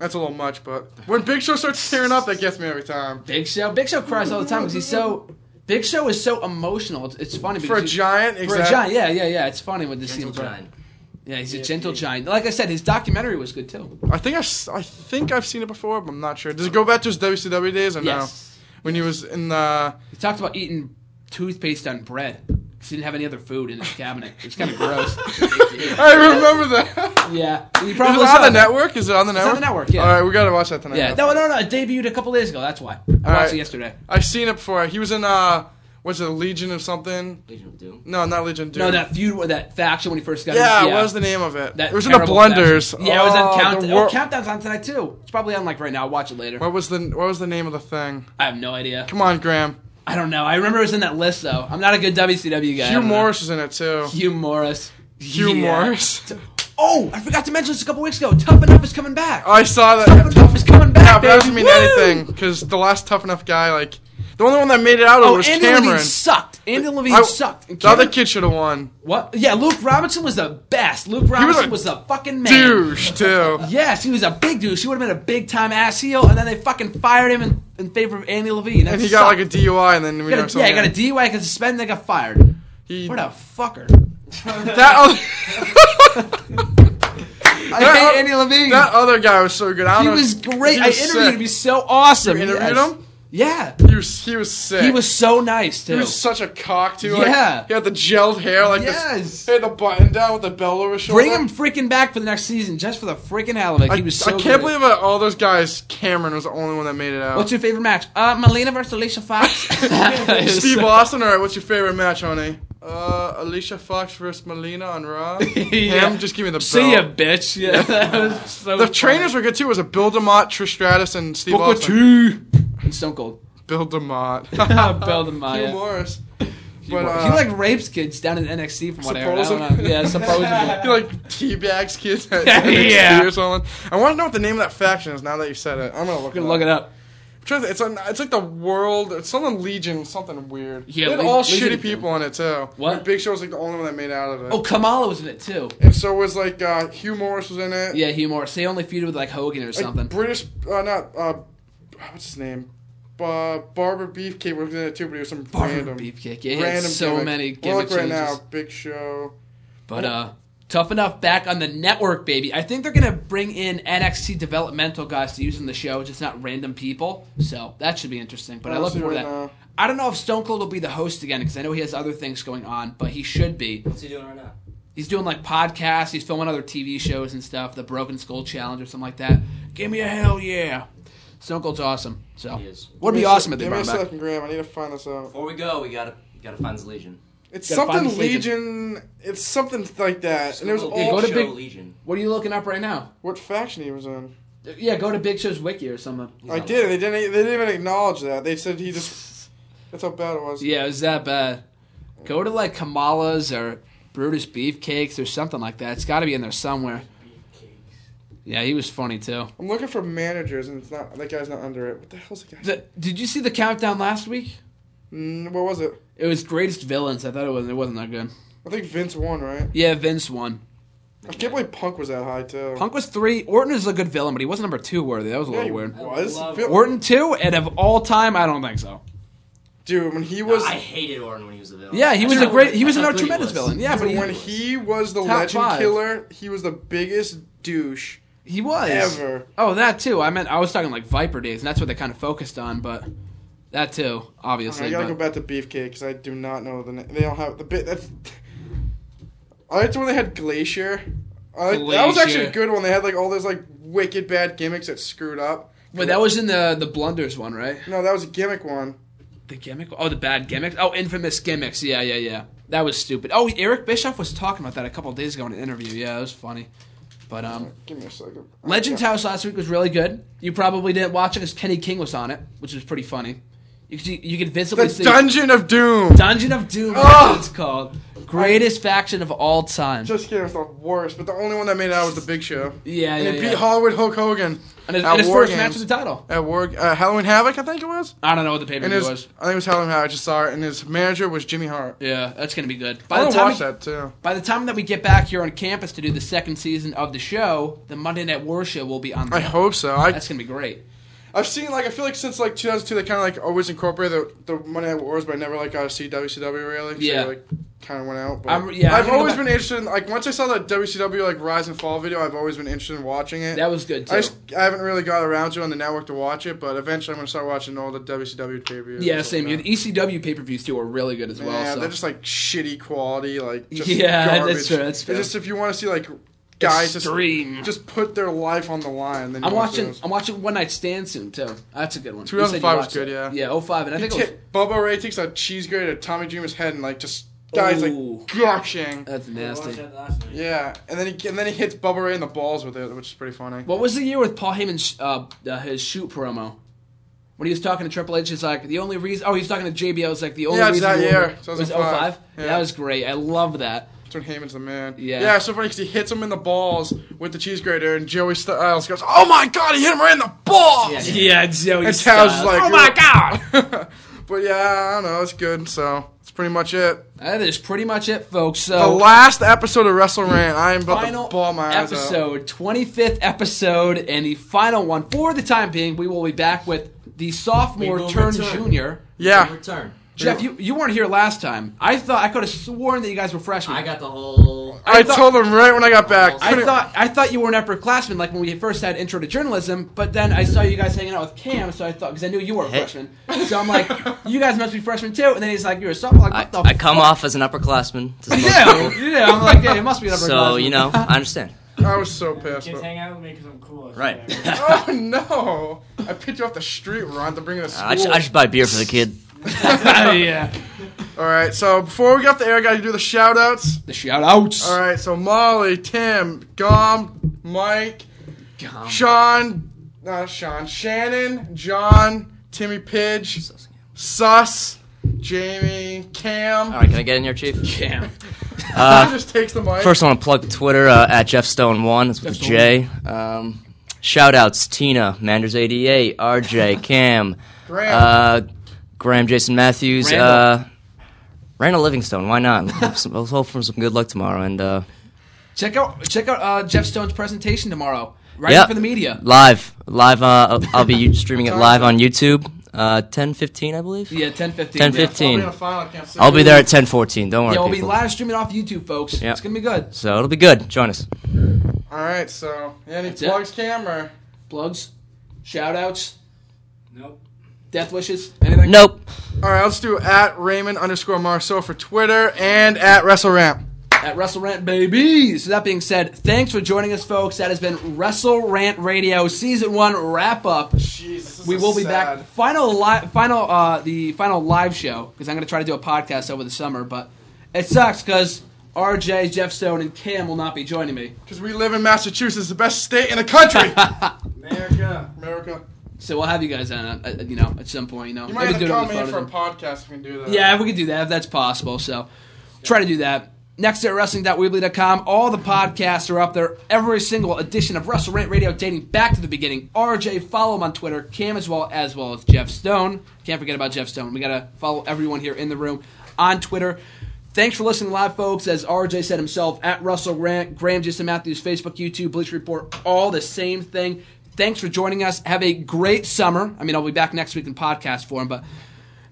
S7: That's a little much, but when Big Show starts tearing up, that gets me every time.
S6: Big Show. Big Show cries all the time because he's so. Big Show is so emotional. It's, it's funny
S7: For a
S6: because he-
S7: giant,
S6: For
S7: exactly.
S6: a giant, yeah, yeah, yeah. It's funny when this
S8: Gentle
S6: scene.
S8: giant.
S6: Yeah, he's a gentle giant. Like I said, his documentary was good too.
S7: I think I've, s- I think I've seen it before, but I'm not sure. Does it go back to his WCW days or no?
S6: Yes,
S7: When he was in the
S6: he talked about eating toothpaste on bread. 'cause he didn't have any other food in his cabinet. It's kind of [laughs] gross.
S7: I remember that. [laughs]
S6: yeah, he
S7: Is
S6: probably
S7: it on
S6: saw
S7: the
S6: it.
S7: network? Is it on the
S6: on
S7: network?
S6: the network, yeah.
S7: All right, we gotta watch that tonight.
S6: Yeah, no, no, no. It debuted a couple days ago. That's why I watched
S7: right.
S6: it yesterday.
S7: I've seen it before. He was in uh, was it Legion of something?
S8: Legion of Doom.
S7: No, not Legion. Dude.
S6: No, that feud with that faction when he first got.
S7: Yeah,
S6: in,
S7: what was the name of it?
S6: That
S7: it was in the
S6: terrible
S7: Blunders.
S6: faction. Yeah, it was
S7: Oh,
S6: on
S7: the
S6: Countdown.
S7: wor-
S6: oh, Countdown's on tonight too. It's probably on like right now. I'll watch it later.
S7: What was the What was the name of the thing?
S6: I have no idea.
S7: Come on, Graham.
S6: I don't know. I remember it was in that list though. I'm not a good WCW guy. I
S7: Hugh
S6: don't know.
S7: Morris was in it too.
S6: Hugh Morris.
S7: Hugh
S6: Yeah.
S7: Morris.
S6: Oh, I forgot to mention this a couple weeks ago. Tough Enough is coming back.
S7: I saw that.
S6: Tough Enough is coming
S7: yeah,
S6: back.
S7: but that doesn't
S6: baby.
S7: mean
S6: Woo!
S7: anything because the last tough enough guy, like the only one that made it out of it
S6: Oh,
S7: was
S6: Andy
S7: Cameron.
S6: Levine sucked. Andy Levine
S7: I-
S6: sucked. And
S7: The other
S6: Cameron,
S7: kid should have won.
S6: what? Yeah, Luke Robinson was the best. Luke Robinson
S7: a
S6: was, the fucking man.
S7: Douche too.
S6: Yes, he was a big douche. He would have been a big time ass heel, and then they fucking fired him in, in favor of Andy Levine. That
S7: And he got like a
S6: sucked.
S7: DUI, and then we
S6: He
S7: know
S6: got a- yeah, he
S7: something.
S6: got a DUI, got suspended, and got fired.
S7: He-
S6: What a fucker!
S7: that other. [laughs]
S6: I
S7: That
S6: hate
S7: o-
S6: Andy Levine.
S7: That other guy was so good. I don't
S6: he
S7: know-
S6: was great.
S7: He
S6: I
S7: was
S6: interviewed
S7: sick.
S6: him. He's so awesome.
S7: You interviewed
S6: Yes.
S7: him?
S6: Yeah,
S7: He was, he was sick.
S6: he was so nice too.
S7: He was such a cock too.
S6: Yeah.
S7: Like, he had the gelled hair like
S6: Yes.
S7: this. He had the button down with the bell over his shoulder.
S6: Bring him freaking back for the next season, just for the freaking hell of it.
S7: I,
S6: He was so
S7: I can't
S6: good.
S7: believe that all those guys. Cameron was the only one that made it out.
S6: What's your favorite match? Uh, Melina versus Alicia Fox.
S7: [laughs] Steve Austin, all right. What's your favorite match, honey? Uh, Alicia Fox versus Melina on Raw.
S6: [laughs] Yeah.
S7: Him, just give me the
S6: [laughs]
S7: belt.
S6: See ya, bitch.
S7: [laughs]
S6: Yeah, that was so.
S7: The
S6: funny.
S7: trainers were good too. It was a Bill Demott, Trish Stratus, and Steve
S6: Booker
S7: Austin.
S6: T and Stone Cold.
S7: [laughs]
S6: [laughs]
S7: Bill Demott,
S6: Bell to Maya.
S7: Hugh Morris.
S6: Oh, He
S7: But, uh,
S6: like rapes kids down in NXT from what I heard. I don't know.
S7: Supposedly.
S6: Yeah, supposedly.
S7: He like teabags kids at
S6: [laughs] Yeah.
S7: NXT or something. I want to know what the name of that faction is now that [laughs] you said it. I'm gonna look,
S6: Gonna
S7: it,
S6: look
S7: up.
S6: it up.
S7: I'm trying to- It's on, it's like the world. It's something Legion, something weird.
S6: Yeah,
S7: Yeah, they had
S6: Le-
S7: all
S6: Legion
S7: shitty people on it too.
S6: What?
S7: Like, Big Show was like the only one that made out of it.
S6: Oh, Kamala was in it too.
S7: And so was like uh, Hugh Morris was in it.
S6: Yeah, Hugh Morris. They only feuded with like Hogan or
S7: Like,
S6: something.
S7: British, uh, not uh, what's his name? Uh, Barber Beefcake was in it too, but he was some
S6: Barber
S7: random
S6: Beefcake. Yeah, he had
S7: random
S6: so
S7: gimmick.
S6: many
S7: We'll
S6: gimmick
S7: Look right now,
S6: changes.
S7: Big Show.
S6: But uh, tough enough back on the network, baby. I think they're gonna bring in NXT developmental guys to use in the show, just not random people. So that should be interesting. But I
S7: I'll
S6: look
S7: see
S6: forward to
S7: right
S6: that.
S7: now.
S6: I don't know if Stone Cold will be the host again because I know he has other things going on, but he should be.
S8: What's he doing right now?
S6: He's doing like podcasts. He's filming other TV shows and stuff. The Broken Skull Challenge or something like that. Give me a hell yeah! Stone Cold's awesome. So
S8: He is.
S6: would be
S7: Give me a
S6: awesome
S7: sec-
S6: if they
S7: Give me
S6: brought
S7: a
S6: him back.
S7: second, Graham. I need to find this out.
S8: Before we go, we gotta we gotta find this Legion.
S7: It's
S6: Gotta find
S7: something
S6: this Legion.
S7: Legion. It's something like that. And it was
S8: Google
S7: all
S8: Big
S6: go to
S8: Show
S6: Big-
S8: Legion.
S6: What are you looking up right now?
S7: what faction he was in.
S6: Yeah, go to Big Show's wiki or something.
S7: I did. They didn't. They didn't even acknowledge that. They said he just. That's how bad it was.
S6: Yeah, it was that bad. Go to like Kamala's or Brutus Beefcakes or something like that. It's got to be in there somewhere. Yeah, he was funny too.
S7: I'm looking for managers, and it's not. That guy's not under it. What the hell's the guy?
S6: The- did you see the countdown last week?
S7: Mm, what was it?
S6: It was greatest villains. I thought it wasn't. It wasn't that good.
S7: I think Vince won, right?
S6: Yeah, Vince won.
S7: I can't believe Punk was that high too.
S6: Punk was three. Orton is a good villain, but he wasn't number two worthy. That was a
S7: yeah,
S6: little
S7: he
S6: weird.
S7: was.
S8: love
S7: Vin-
S6: Orton two, and of all time, I don't think so.
S7: dude, when he was,
S8: I hated Orton when he was a villain.
S6: Yeah, he was a
S8: That's
S6: great.
S8: how-
S6: He was
S8: that's how
S6: a
S8: good he
S6: tremendous
S8: was.
S6: villain. Yeah, but
S7: when
S6: he,
S7: he was the
S6: Top
S7: Legend
S6: five.
S7: Killer, he was the biggest douche
S6: he was
S7: ever.
S6: Oh, that too. I meant I was talking like Viper days, and that's what they kind of focused on. But that too,
S7: I
S6: obviously.
S7: gotta go
S6: but-
S7: back to Beefcake because I do not know the name. They don't have the bit. That's. [laughs] I liked when they had Glacier. I liked- That was actually a
S6: Glacier.
S7: good one. They had like all those like wicked bad gimmicks that screwed up.
S6: But that was in the the blunders one, right?
S7: No, that was a gimmick one.
S6: The gimmick. Oh, the bad gimmicks. Oh, infamous gimmicks. Yeah, yeah, yeah. That was stupid. Oh, Eric Bischoff was talking about that a couple days ago in an interview. Yeah, it was funny. But um,
S7: Give me a second.
S6: Legends House last week was really good. You probably didn't watch it because Kenny King was on it, which was pretty funny. You could, see- you could visibly
S7: The
S6: see
S7: Dungeon of Doom.
S6: Dungeon of Doom. is
S7: Ugh.
S6: what it's called greatest faction of all time.
S7: Just kidding, it's the worst. But the only one that made it out was the Big Show.
S6: yeah,
S7: And
S6: yeah,
S7: he
S6: yeah.
S7: beat Hollywood Hulk Hogan
S6: and his,
S7: at
S6: and his
S7: War
S6: first match
S7: Games.
S6: was the title.
S7: at War uh, Halloween Havoc, I think it was.
S6: I don't know what the pay per
S7: And
S6: view
S7: his,
S6: was.
S7: I think it was Halloween Havoc. I just saw it. And his manager was Jimmy Hart.
S6: Yeah, that's gonna be good.
S7: I
S6: By the
S7: want to
S6: time
S7: watch
S6: we-
S7: that too.
S6: By the time that we get back here on campus to do the second season of the show, the Monday Night War show will be on.
S7: I
S6: there.
S7: hope so. I
S6: that's gonna be great.
S7: I've seen like I feel like since like 2002 they kind of like always incorporated the, the Monday Night Wars, but I never like got to see WCW really. So,
S6: Yeah.
S7: like, kind of went out. But
S6: I'm- yeah, I
S7: I've
S6: can go
S7: always
S6: back-
S7: been interested. In, like once I saw that WCW like rise and fall video, I've always been interested in watching it.
S6: That was good too.
S7: I, just, I haven't really got around to on the network to watch it, but eventually I'm gonna start watching all the WCW pay per views.
S6: yeah, same. The E ECW pay per views too are really good as well.
S7: yeah,
S6: so.
S7: they're just like shitty quality, like
S6: [laughs]
S7: just
S6: Yeah, that's
S7: garbage.
S6: true, that's
S7: It's
S6: fair.
S7: just if you want to see like guys
S6: Extreme.
S7: just just put their life on the line. Then you
S6: I'm
S7: watch
S6: watching.
S7: those.
S6: I'm watching One Night Stand soon too. That's a good one. You said
S7: 2005
S6: you
S7: was
S6: watched
S7: good,
S6: it.
S7: yeah.
S6: Yeah, 05. and I think it was,
S7: T- Bubba Ray takes a cheese grater at Tommy Dreamer's head and like just dies
S6: Ooh.
S7: like gushing.
S6: that's nasty.
S7: Yeah, and then he and then he hits Bubba Ray in the balls with it, which is pretty funny.
S6: What was the year with Paul Heyman's uh, uh, his shoot promo? When he was talking to Triple H, he's like, the only reason. Oh, he was talking to JBL. It's like the only
S7: Yeah, it's
S6: reason. you
S7: that year,
S6: were- was
S7: 2005.
S6: 05.
S7: Yeah.
S6: That was great. I love
S7: [laughs]
S6: that.
S7: That's when Heyman's the man.
S6: Yeah.
S7: yeah, it's so funny because he hits him in the balls with the cheese grater, and Joey Styles goes, "Oh my god, he hit him right in the balls!"
S6: Yeah, Joey.
S7: And Taz is
S6: Styles.
S7: like,
S6: oh my god.
S7: [laughs] But yeah, I don't know, it's good. So that's pretty much it.
S6: that is pretty much it, folks.
S7: The
S6: So
S7: last episode of Wrestle Rant, I am about
S6: Oh. final
S7: to ball my eyes out.
S6: episode, 25th episode, and the final one for the time being. We will be back with the sophomore
S8: will
S6: turn
S8: return.
S6: junior.
S7: Yeah,
S8: Return.
S6: Jeff, you, you weren't here last time. I thought I could have sworn that you guys were freshmen.
S8: I got the whole.
S7: I,
S6: thought-
S7: told him right when I got back.
S6: I
S7: Couldn't-
S6: thought I thought you were an upperclassman, like when we first had intro to journalism. But then I saw you guys hanging out with Cam, so I thought because I knew you were a freshman, so I'm like, you guys must be freshmen too. And then he's like, you're a sophomore. I'm
S10: I,
S6: Like, what the?
S10: I come off as an upperclassman. To some
S6: [laughs] Yeah,
S10: people.
S6: yeah. I'm like, yeah, it must be an upperclassman.
S10: So you know, I understand.
S7: I was so pissed. But...
S11: hang out with me because I'm cool.
S10: Right.
S7: Oh no! I picked you off the street, Ron, to bring you to school.
S10: I just, I just buy beer for the kid.
S6: [laughs] yeah.
S7: All right, so before we get off the air, I got to do the shout outs.
S6: The shout outs.
S7: All right, so Molly, Tim, Gom, Mike, Sean, not Sean, Shannon, John, Timmy Pidge, Sus, Jamie, Cam.
S10: All right, can I get in here, Chief?
S6: Cam.
S7: He [laughs] just takes the mic.
S10: First, I want to plug Twitter uh, at Jeff Stone One. It's with a J. Um, shout outs: Tina, Manders eighty eight,
S6: [laughs]
S10: RJ, Cam,
S7: Graham.
S10: uh, Graham, Jason Matthews,
S6: Randall.
S10: uh, Randall Livingstone. Why not? [laughs] Hope some- Let's hope for some good luck tomorrow. And uh,
S6: Check out check out uh, Jeff Stone's presentation tomorrow, right
S10: Yeah.
S6: for the media.
S10: live, live. Uh, I'll
S6: [laughs]
S10: be streaming it live on YouTube. Uh, ten fifteen, I believe.
S6: Yeah, 10:15.
S10: Ten
S6: yeah.
S7: I'll be
S10: fifteen.
S7: in the final, I can't see.
S10: I'll be there at ten fourteen. Don't worry,
S6: Yeah, we'll be
S10: people.
S6: live streaming off YouTube, folks.
S10: Yeah.
S6: It's gonna be good.
S10: So it'll be good. Join us.
S7: All right, so any
S6: That's it.
S7: plugs, Cam, or
S6: Plugs, shout outs,
S11: Nope.
S6: death wishes, anything.
S10: Nope.
S7: all right, let's do at Raymond underscore Marceau for Twitter and at Wrestle Ramp.
S6: at Wrestle Rant Baby. So that being said, thanks for joining us, folks. That has been Wrestle Rant Radio Season One wrap up. we will be back final live final uh the final live show because I'm gonna try to do a podcast over the summer, but it sucks because RJ, Jeff Stone, and Cam will not be joining me.
S7: because we live in Massachusetts, the best state in the
S6: [laughs]
S7: country.
S11: America.
S7: America,
S6: So we'll have you guys on, uh, you know, at some point. You know,
S7: you
S6: Maybe
S7: might have to
S6: do it on
S7: call
S6: the
S7: me in
S6: phone
S7: for a
S6: or-
S7: podcast if we can do that.
S6: Yeah, if we could do that, if that's possible. So try to do that. Next at wrestling.weebly.com. All the podcasts are up there. Every single edition of Wrestle Rant Radio dating back to the beginning. RJ, follow him on Twitter. Cam as well, as well as Jeff Stone. Can't forget about Jeff Stone. We got to follow everyone here in the room on Twitter. Thanks for listening live, folks. As RJ said himself, at Russell Rant, Graham Jason Matthews, Facebook, YouTube, Bleach Report, all the same thing. Thanks for joining us. Have a great summer. I mean, I'll be back next week in podcast form, but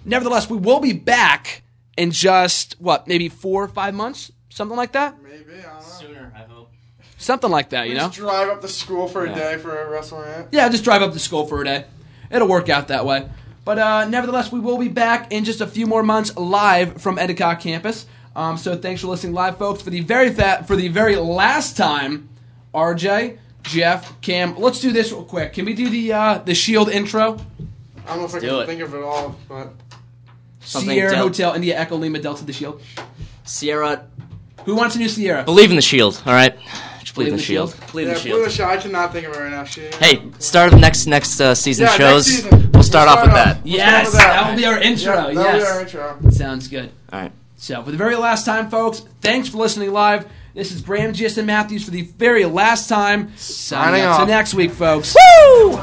S6: nevertheless, we will be back in just what, maybe four or five months, something like that,
S7: maybe. I don't know.
S8: Sooner, I hope.
S6: something like that. You know?
S7: Just drive up to school for a day for a Wrestle Rant.
S6: Yeah, just drive up to school for a day. It'll work out that way. But uh, nevertheless, we will be back in just a few more months live from Endicott campus. Um, so thanks for listening live, folks. For the very fat, for the very last time, RJ, Jeff, Cam, let's do this real quick. Can we do the uh, the Shield intro?
S7: I don't know if I
S10: do
S7: can
S10: it.
S7: think of it all, but
S10: Something
S6: Sierra
S10: Del-
S6: Hotel, India Echo Lima Delta the Shield.
S10: Sierra,
S6: E Who wants a new Sierra?
S10: believe in the shield. All right. Just believe in the shield. Believe
S7: yeah,
S10: in the
S6: E
S7: Blue
S10: shield.
S7: Shot. I cannot think of it right now. Shit.
S10: Hey, start of the next next uh, season
S7: Yeah, next
S10: shows.
S7: season.
S10: We'll start off with that.
S7: We'll start
S6: Yes,
S7: with that.
S6: that will be our intro.
S7: Yeah, that'll
S6: yes.
S7: be our intro.
S6: Sounds good.
S10: All right.
S6: So, for the very last time, folks, thanks for listening live. This is Graham Jason Matthews for the very last time. Signing
S7: Signing
S6: up to
S7: off.
S6: next week, folks. Woo!